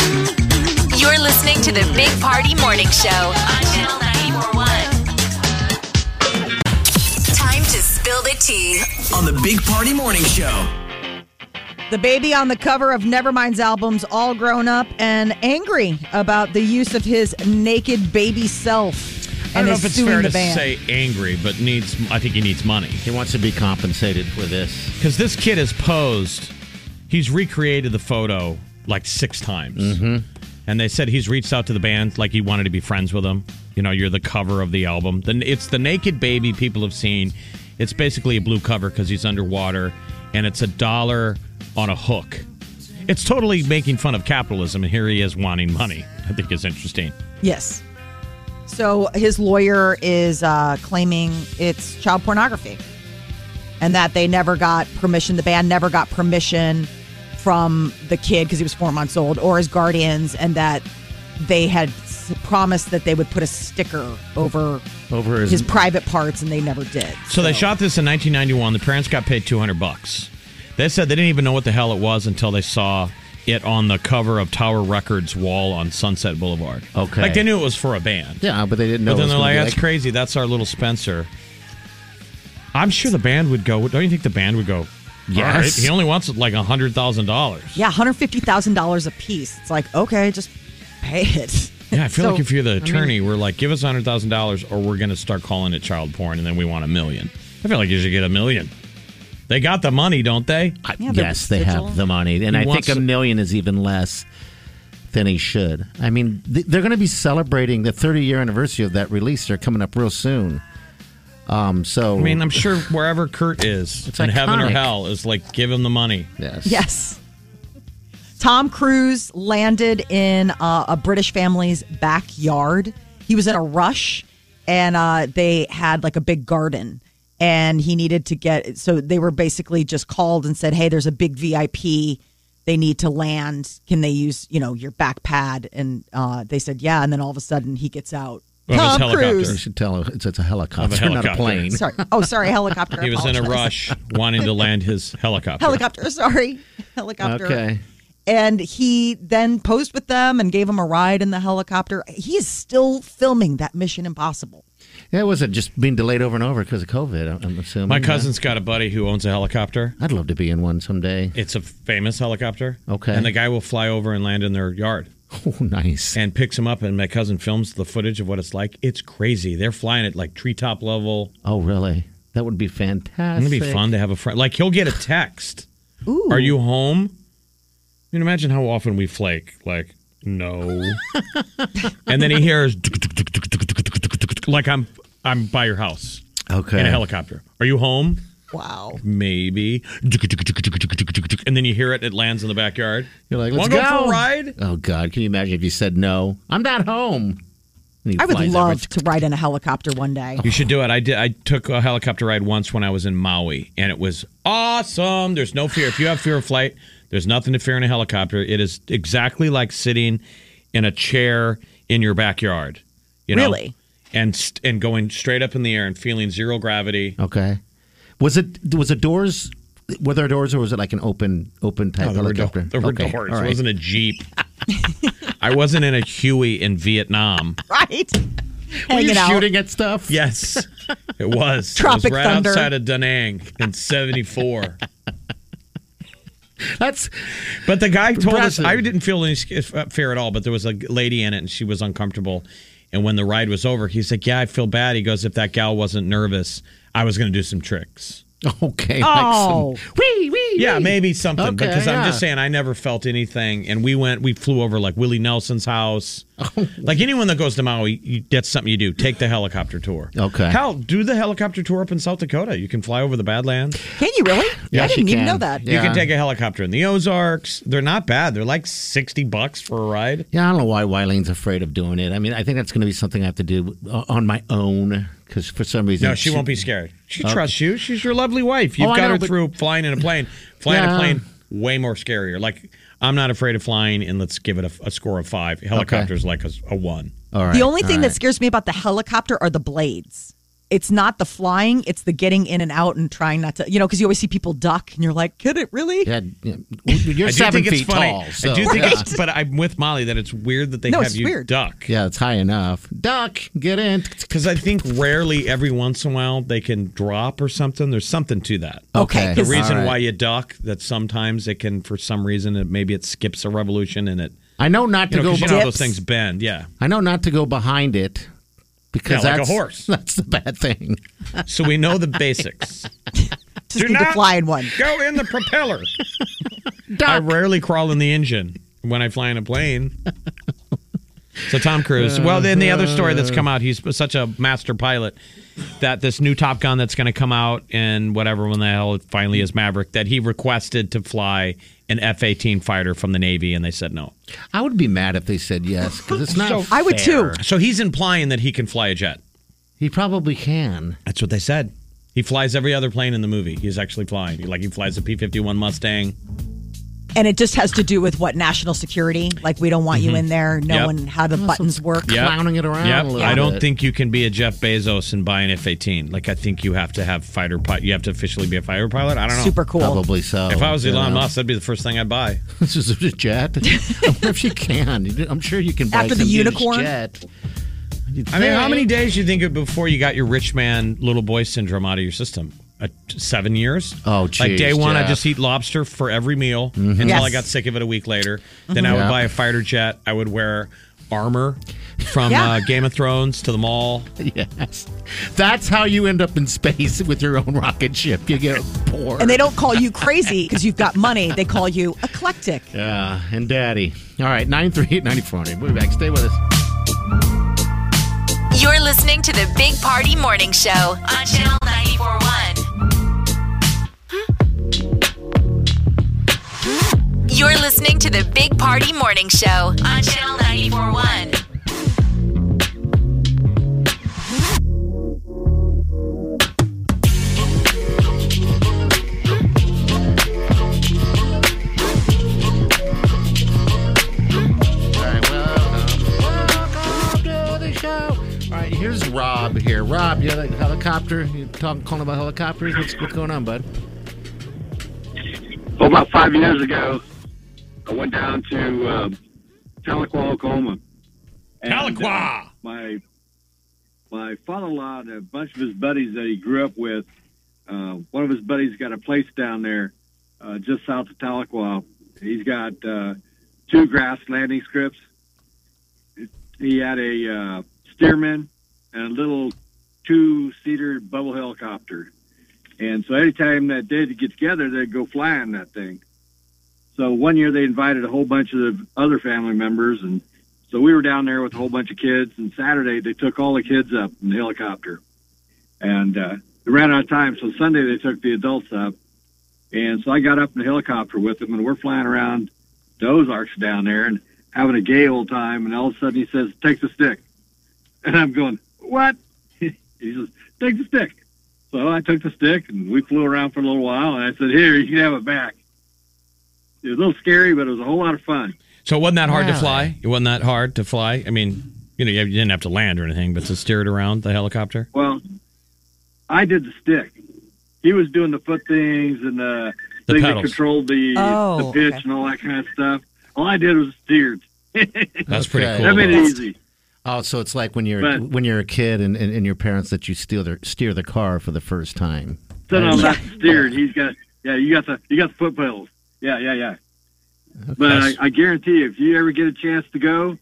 mm, You're listening to the Big Party Morning Show on Channel 941. Time to spill the tea. on the Big Party Morning Show. The baby on the cover of Nevermind's albums, all grown up and angry about the use of his naked baby self. I don't and know is if it's suing fair the to band. say angry, but needs. I think he needs money. He wants to be compensated for this because this kid has posed. He's recreated the photo like six times, and they said he's reached out to the band like he wanted to be friends with them. You know, you're the cover of the album. Then it's the naked baby people have seen. It's basically a blue cover because he's underwater, and it's a dollar on a hook. It's totally making fun of capitalism, and here he is wanting money. I think it's interesting. Yes. So his lawyer is uh, claiming it's child pornography and that they never got permission, the band never got permission from the kid because he was four months old or his guardians, and that they had s- promised that they would put a sticker over over his, his private parts and they never did. So they shot this in 1991. The parents got paid 200 bucks. They said they didn't even know what the hell it was until they saw it on the cover of Tower Records wall on Sunset Boulevard. Okay. Like they knew it was for a band. Yeah, but they didn't know. but then it was they're gonna like, be that's crazy. That's our little Spencer. I'm sure the band would go, don't you think the band would go, Yes. "All right, he only wants like $100,000. Yeah, $150,000 a piece. It's like, okay, just pay it. Yeah, I feel So, like if you're the I mean- attorney, we're like, give us hundred thousand dollars, or we're going to start calling it child porn, and then we want a million. I feel like you should get a million. They got the money, don't they? Yeah, they're yes, they have residual. the money, and I think a million is even less than he should. I mean, th- they're going to be celebrating the 30 year anniversary of that release. They're coming up real soon. Um, so I mean, I'm sure wherever Kurt is, It's in heaven or iconic. hell, is like, give him the money. Yes. Yes. Tom Cruise landed in uh, a British family's backyard. He was in a rush and uh, they had like a big garden and he needed to get so they were basically just called and said, "Hey, there's a big VIP. They need to land. Can they use, you know, your back pad?" And uh, they said, "Yeah." And then all of a sudden he gets out. Of his Tom helicopter. You Cruise. should tell it's, it's a helicopter, not a helicopter. plane. Sorry. Oh, sorry, helicopter. I He was in a apologize. rush, wanting to land his helicopter. Helicopter, sorry. Helicopter. Okay. And he then posed with them and gave them a ride in the helicopter. He is still filming that Mission Impossible. Yeah, was it just being delayed over and over because of COVID? I'm- I'm assuming. My yeah. cousin's got a buddy who owns a helicopter. I'd love to be in one someday. It's a famous helicopter. Okay. And the guy will fly over and land in their yard. Oh, nice. and picks him up and my cousin films the footage of what it's like it's crazy they're flying at like treetop level Oh, really? That would be fantastic. It'd be fun to have a friend. Like he'll get a text. Ooh. Are you home? I mean, imagine how often we flake. Like no, and then he hears like I'm I'm by your house. Okay. In a helicopter. Are you home? Wow. Maybe. And then you hear it. It lands in the backyard. You're like, let's Wanna go go for a ride? Oh God, can you imagine if you said no? I'm not home. And he I would flies over. love to ride in a helicopter one day. You should do it. I did. I took a helicopter ride once when I was in Maui, and it was awesome. There's no fear. If you have fear of flight, there's nothing to fear in a helicopter. It is exactly like sitting in a chair in your backyard. You know? Really? And st- and going straight up in the air and feeling zero gravity. Okay. Was it was it doors? Were there doors, or was it like an open open type No, there were, do- helicopter? there were Okay, doors. all It right. wasn't a jeep. I wasn't in a Huey in Vietnam. Right? Were you Hanging out. shooting at stuff? Yes, it was. it Tropic was right Thunder. outside of Da Nang in '74. That's. But the guy told Impressive. us I didn't feel any sca- fear at all. But there was a lady in it, and she was uncomfortable. And when the ride was over, he's like, "Yeah, I feel bad." He goes, "If that gal wasn't nervous, I was going to do some tricks." Okay. Oh. Like some, wee wee. Yeah, wee. maybe something. Okay, because I'm just yeah. saying, I never felt anything. And we went, we flew over like Willie Nelson's house. Oh. like anyone that goes to Maui, you, that's something you do. Take the helicopter tour. Okay. Hell, do the helicopter tour up in South Dakota. You can fly over the Badlands. Can you really? Yeah, I she didn't even can. know that. You Yeah. can take a helicopter in the Ozarks. They're not bad. They're like 60 bucks for a ride. Yeah, I don't know why Wylene's afraid of doing it. I mean, I think that's going to be something I have to do o- on my own because for some reason. No, she won't be scared. She Okay. trusts you. She's your lovely wife. You've Oh, I got know, her but- through flying in a plane. Flying in Yeah. a plane, way more scarier. Like, I'm not afraid of flying, and let's give it a, a score of five. Helicopters, like a, a one. All right. the only all thing right. that scares me about the helicopter are the blades. It's not the flying, it's the getting in and out and trying not to, you know, because you always see people duck and you're like, could it really? Yeah, yeah. You're I do seven think it's feet funny. tall. So, I do think yeah. it's, but I'm with Molly that it's weird that they No, have it's you weird. duck. Yeah, it's high enough. Duck, get in. Because I think rarely, every once in a while, they can drop or something. There's something to that. Okay, The All reason right. why you duck, that sometimes it can, for some reason, it, maybe it skips a revolution and it, I know not to you know, 'cause go. you know how be- those things bend. Yeah. I know not to go behind it because Yeah, like a that's horse. That's the bad thing. So we know the basics. Just need to fly in one. Go in the propeller. I rarely crawl in the engine when I fly in a plane. So Tom Cruise. Well, then the other story that's come out, he's such a master pilot that this new Top Gun that's going to come out in whatever when the hell it finally is Maverick that he requested to fly an F-18 fighter from the Navy and they said no. I would be mad if they said yes because it's not. I would fair. too. So he's implying that he can fly a jet. He probably can. That's what they said. He flies every other plane in the movie. He's actually flying. Like he flies a P-51 Mustang. And it just has to do with what national security, like we don't want you in there knowing how the buttons work. Mm-hmm. Yep. Clowning it around. Yep. a little I don't bit. think you can be a Jeff Bezos and buy an F 18. Like, I think you have to have fighter pilot. You have to officially be a fighter pilot. I don't know. Super cool. Probably so. If I was you Elon know. Musk, that'd be the first thing I'd buy. this is a jet. I wonder if she can. I'm sure you can buy After the some used unicorn? jet. You'd I mean, how think. many days do you think it before you got your rich man, little boy syndrome out of your system? Uh, t- seven years? Oh, Like, day geez, one, I Jeff. just eat lobster for every meal until Mm-hmm. Yes. I got sick of it a week later. Then I would Yeah. buy a fighter jet. I would wear armor from Yeah. uh, Game of Thrones to the mall. Yes. That's how you end up in space with your own rocket ship. You get poor. And they don't call you crazy because you've got money. They call you eclectic. Yeah, Uh, and daddy. All right, 938 9400. We'll be back. Stay with us. You're listening to the Big Party Morning Show on Channel 941. You're listening to the Big Party Morning Show on Channel 941. All right, welcome. Welcome to the show. All right, here's Rob here. Rob, you're the helicopter. You're talking, calling about helicopters. What's, what's going on, bud? Well, about five years ago, I went down to uh, Tahlequah, Oklahoma. And, Tahlequah! uh, my my father-in-law and a bunch of his buddies that he grew up with. Uh, one of his buddies got a place down there, uh, just south of Tahlequah. He's got uh, two grass landing strips. He had a uh, steerman and a little two-seater bubble helicopter. And so anytime that day to get together, they'd go flying that thing. So one year they invited a whole bunch of other family members, and so we were down there with a whole bunch of kids. And Saturday they took all the kids up in the helicopter, and uh, they ran out of time. So Sunday they took the adults up, and so I got up in the helicopter with them, and we're flying around the Ozarks down there and having a gay old time. And all of a sudden he says, "Take the stick," and I'm going, "What?" he says, "Take the stick." So I took the stick and we flew around for a little while, and I said, "Here, you can have it back." It was a little scary, but it was a whole lot of fun. So it wasn't that hard to Really? fly. It wasn't that hard to fly. I mean, you know, you didn't have to land or anything, but to steer it around the helicopter. Well, I did the stick. He was doing the foot things and the, The thing that pedals. controlled the, Oh, the pitch okay. and all that kind of stuff. All I did was steered. That's pretty cool, That made it though. easy. Oh, so it's like when you're But- when you're a kid and, and, and your parents let you steal their, steer the car for the first time. Then I'm not steered. He's got yeah. You got the you got the foot pedals. Yeah, yeah, yeah. But I, I guarantee you, if you ever get a chance to go,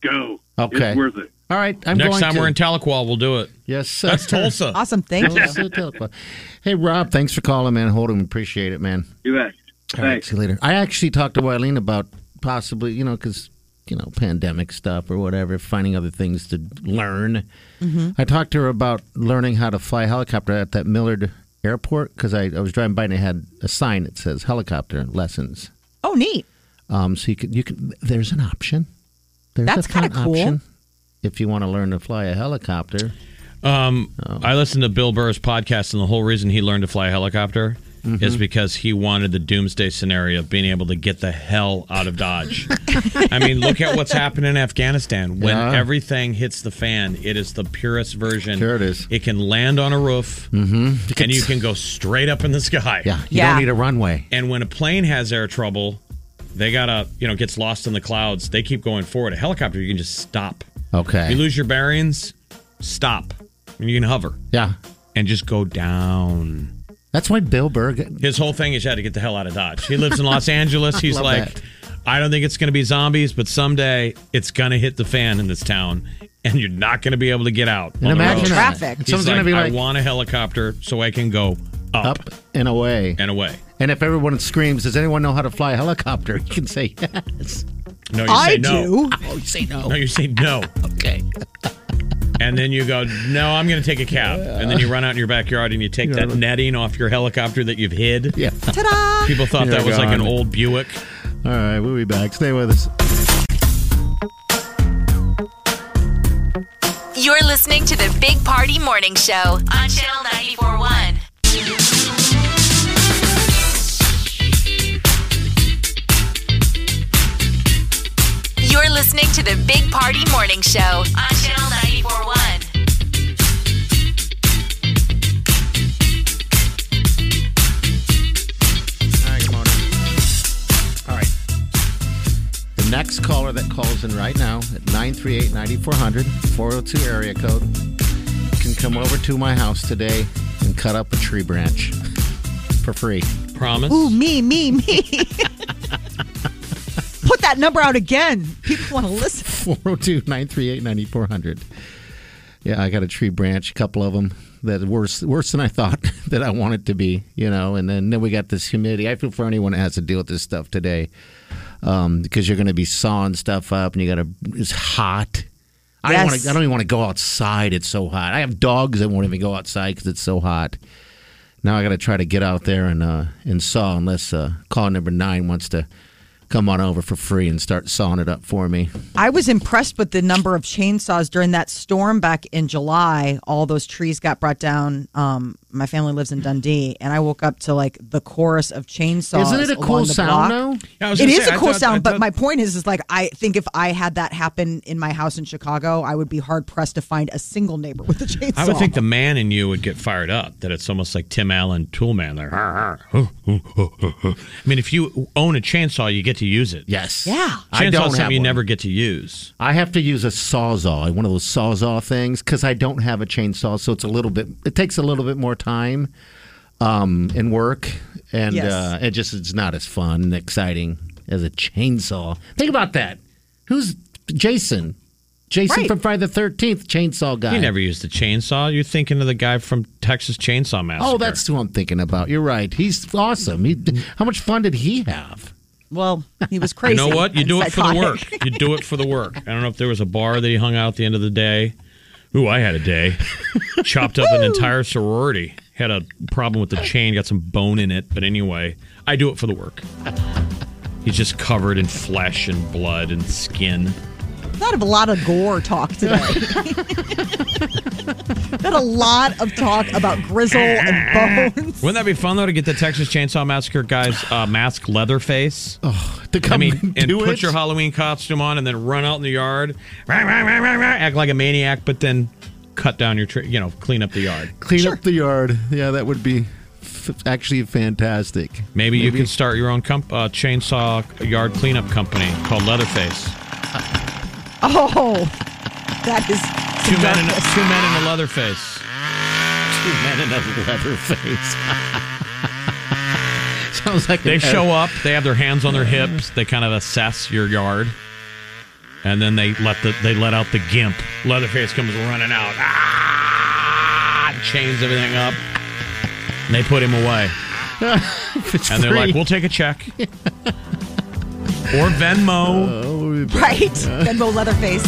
go. Okay. it's worth it. All right, I'm Next going time to. we're in Tahlequah, we'll do it. Yes, sir. That's Tulsa. Awesome. Thank you. Tulsa, Tahlequah. Hey, Rob, thanks for calling, man. Hold him. Appreciate it, man. You bet. All right, see you later. I actually talked to Wileen about possibly, you know, because you know, pandemic stuff or whatever, finding other things to learn. Mm-hmm. Mhm. I talked to her about learning how to fly a helicopter at that Millard Airport because I, I was driving by and they had a sign that says helicopter lessons. Oh, neat. Um, so you could you could there's an option. There's That's a fun kinda cool. option if you want to learn to fly a helicopter. Um, Oh. I listened to Bill Burr's podcast, and the whole reason he learned to fly a helicopter Mhm. is because he wanted the doomsday scenario of being able to get the hell out of Dodge. I mean, look at what's happened in Afghanistan. When Yeah. everything hits the fan, it is the purest version. Sure it is. It can land on a roof, Mm-hmm. and you can go straight up in the sky. Yeah, you don't need a runway. And when a plane has air trouble, they gotta you know gets lost in the clouds. They keep going forward. A helicopter, you can just stop. Okay. You lose your bearings, stop. And you can hover. Yeah. And just go down. That's why Bill Burr. got- His whole thing is you had to get the hell out of Dodge. He lives in Los Angeles. I He's love like, that. I don't think it's going to be zombies, but someday it's going to hit the fan in this town, and you're not going to be able to get out. And on the imagine road. that. Traffic. He's Someone's like, gonna be I like- want a helicopter so I can go up, up and away. and away. And if everyone screams, "Does anyone know how to fly a helicopter?" You can say yes. No, you say no. Oh, you say no. No, you say no. okay. And then you go, no, I'm going to take a cab. And then you run out in your backyard and you take that netting off your helicopter that you've hid. Yeah. Ta-da! People thought You're that was like an gone. old Buick. All right, we'll be back. Stay with us. You're listening to the Big Party Morning Show on Channel 941. You're listening to the Big Party Morning Show on Channel 941. All right, good morning. All right. The next caller that calls in right now at 938 9400, 402 area code, can come over to my house today and cut up a tree branch for free. Promise? Ooh, me, me, me. Put that number out again. People want to listen. 402 938 9400. Yeah, I got a tree branch, a couple of them that worse worse than I thought that I wanted to be, you know. And then, then we got this humidity. I feel for anyone that has to deal with this stuff today um, because you're going to be sawing stuff up and you got to, it's hot. I, don't Yes. wanna, I don't even want to go outside. It's so hot. I have dogs that won't even go outside because it's so hot. Now I got to try to get out there and uh, and saw unless uh, call number nine wants to come on over for free and start sawing it up for me. I was impressed with the number of chainsaws during that storm back in July. All those trees got brought down. Um, my family lives in Dundee, and I woke up to like the chorus of chainsaws. Isn't it a along cool the sound, block. though? Yeah, I was It gonna is say, a I cool thought- sound, I but thought- my point is, is like I think if I had that happen in my house in Chicago, I would be hard pressed to find a single neighbor with a chainsaw. I would think the man in you would get fired up. That it's almost like Tim Allen, Tool Man. There, I mean, if you own a chainsaw, you get to use it. Yes. Yeah. I don't Chainsaw's have something you one. never get to use. I have to use a sawzall, one of those sawzall things, because I don't have a chainsaw, so it's a little bit. It takes a little bit more time, um, and work, and Yes. uh, it just it's not as fun and exciting as a chainsaw. Think about that. Who's Jason? Jason from Friday the 13th, chainsaw guy. You never used the chainsaw. You're thinking of the guy from Texas Chainsaw Massacre. Oh, that's who I'm thinking about. You're right. He's awesome. He, how much fun did he have? Well, he was crazy. You know what? You and do it for the psychotic. work. You do it for the work. I don't know if there was a bar that he hung out at the end of the day. Ooh, I had a day. Chopped up an entire sorority. Had a problem with the chain, got some bone in it. But anyway, I do it for the work. He's just covered in flesh and blood and skin. Not a lot of gore talk today. Not a lot of talk about grizzle and bone. Wouldn't that be fun though to get the Texas Chainsaw Massacre guy's uh, mask Leatherface? Oh, to I mean, and do put it? your Halloween costume on, and then run out in the yard, rah, rah, rah, rah, rah, act like a maniac, but then cut down your tree. You know, clean up the yard. Clean up the yard. Yeah, that would be f- actually fantastic. Maybe, you can start your own comp- uh, chainsaw yard cleanup company called Leatherface. Oh, that is Two men, in a, two men in a Leatherface. Two men in a Leatherface. Sounds like They an- show up. They have their hands on their hips. They kind of assess your yard, and then they let the they let out the gimp. Leatherface comes running out. Ah! Chains everything up. And they put him away, It's and they're free. like, "We'll take a check." Or Venmo. Right? Venmo Leatherface.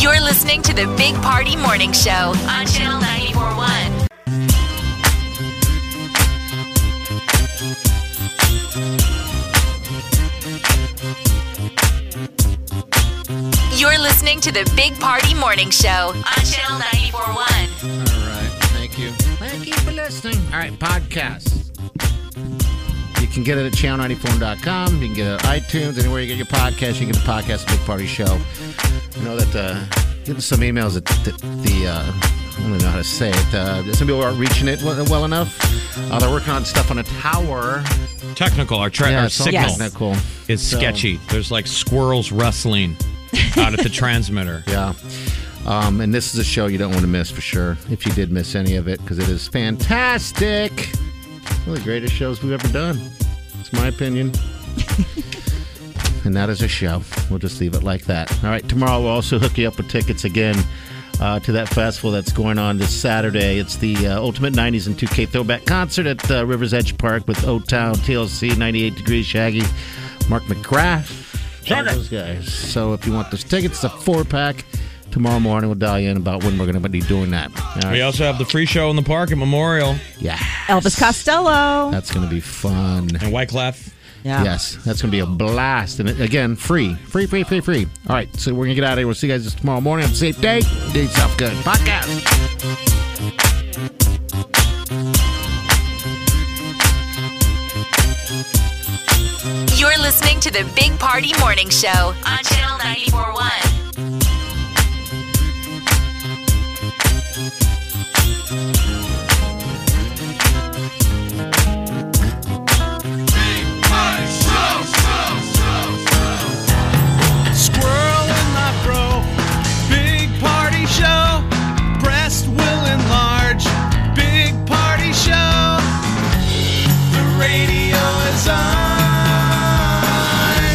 You're listening to the Big Party Morning Show on Channel 941. You're listening to the Big Party Morning Show on Channel 941. All right. Thank you. Thank you for listening. All right, podcast. You can get it at channel94.com. You can get it at iTunes, anywhere you get your podcast. You can get the podcast, Big Party Show. I know that uh, getting some emails that the, the uh, I don't even know how to say it. Uh, some people aren't reaching it well, well enough. Uh, they're working on stuff on a tower. Technical. Our, tra- Yeah, our it's all signal technical. is So- sketchy. There's like squirrels rustling out at the transmitter. Yeah. Um, and this is a show you don't want to miss for sure. If you did miss any of it, because it is fantastic. One of the greatest shows we've ever done. It's my opinion. and that is a show. We'll just leave it like that. All right. Tomorrow we'll also hook you up with tickets again uh, to that festival that's going on this Saturday. It's the uh, Ultimate 90s and 2K Throwback Concert at uh, Rivers Edge Park with O Town, TLC, 98 Degrees, Shaggy, Mark McGrath. All those guys. So if you want those tickets, it's a four pack. Tomorrow morning we'll dial you in about when we're going to be doing that. All We right. also have the free show in the park at Memorial. Yeah. Elvis Costello. That's going to be fun. And Wyclef. Yeah. Yes, that's going to be a blast. And again, free. Free, free, free, free. All right, so we're going to get out of here. We'll see you guys tomorrow morning. Have a safe day. Do yourself good. Podcast. You're listening to the Big Party Morning Show on Channel 941. Squirrel in my bro. Big party show. Breast will enlarge. Big party show. The radio is on.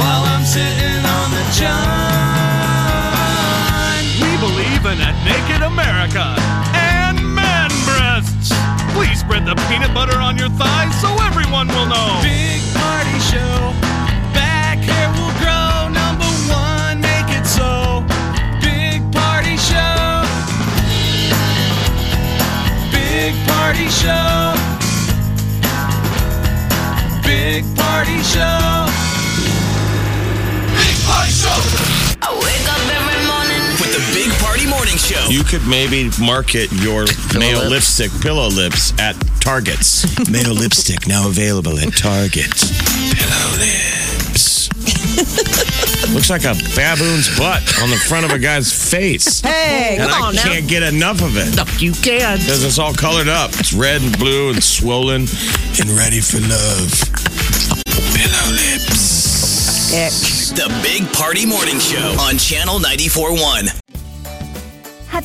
While I'm sitting on the john. We believe in a naked America and man breasts. Please spread the peanut butter on your thighs so everyone will know. Big party show. Back hair will grow. Number one, make it so. Big party show. Big party show. Big party show. Big party show. I wake up every morning. With the Big Party Morning Show. You could maybe market your nail lips. lipstick pillow lips at Targets. Mayo lipstick now available at Target. Pillow lips. Looks like a baboon's butt on the front of a guy's face. Hey, and come I on now. can't get enough of it. You can. Because it's all colored up. It's red and blue and swollen and ready for love. Pillow lips. The Big Party Morning Show on Channel 94.1. Have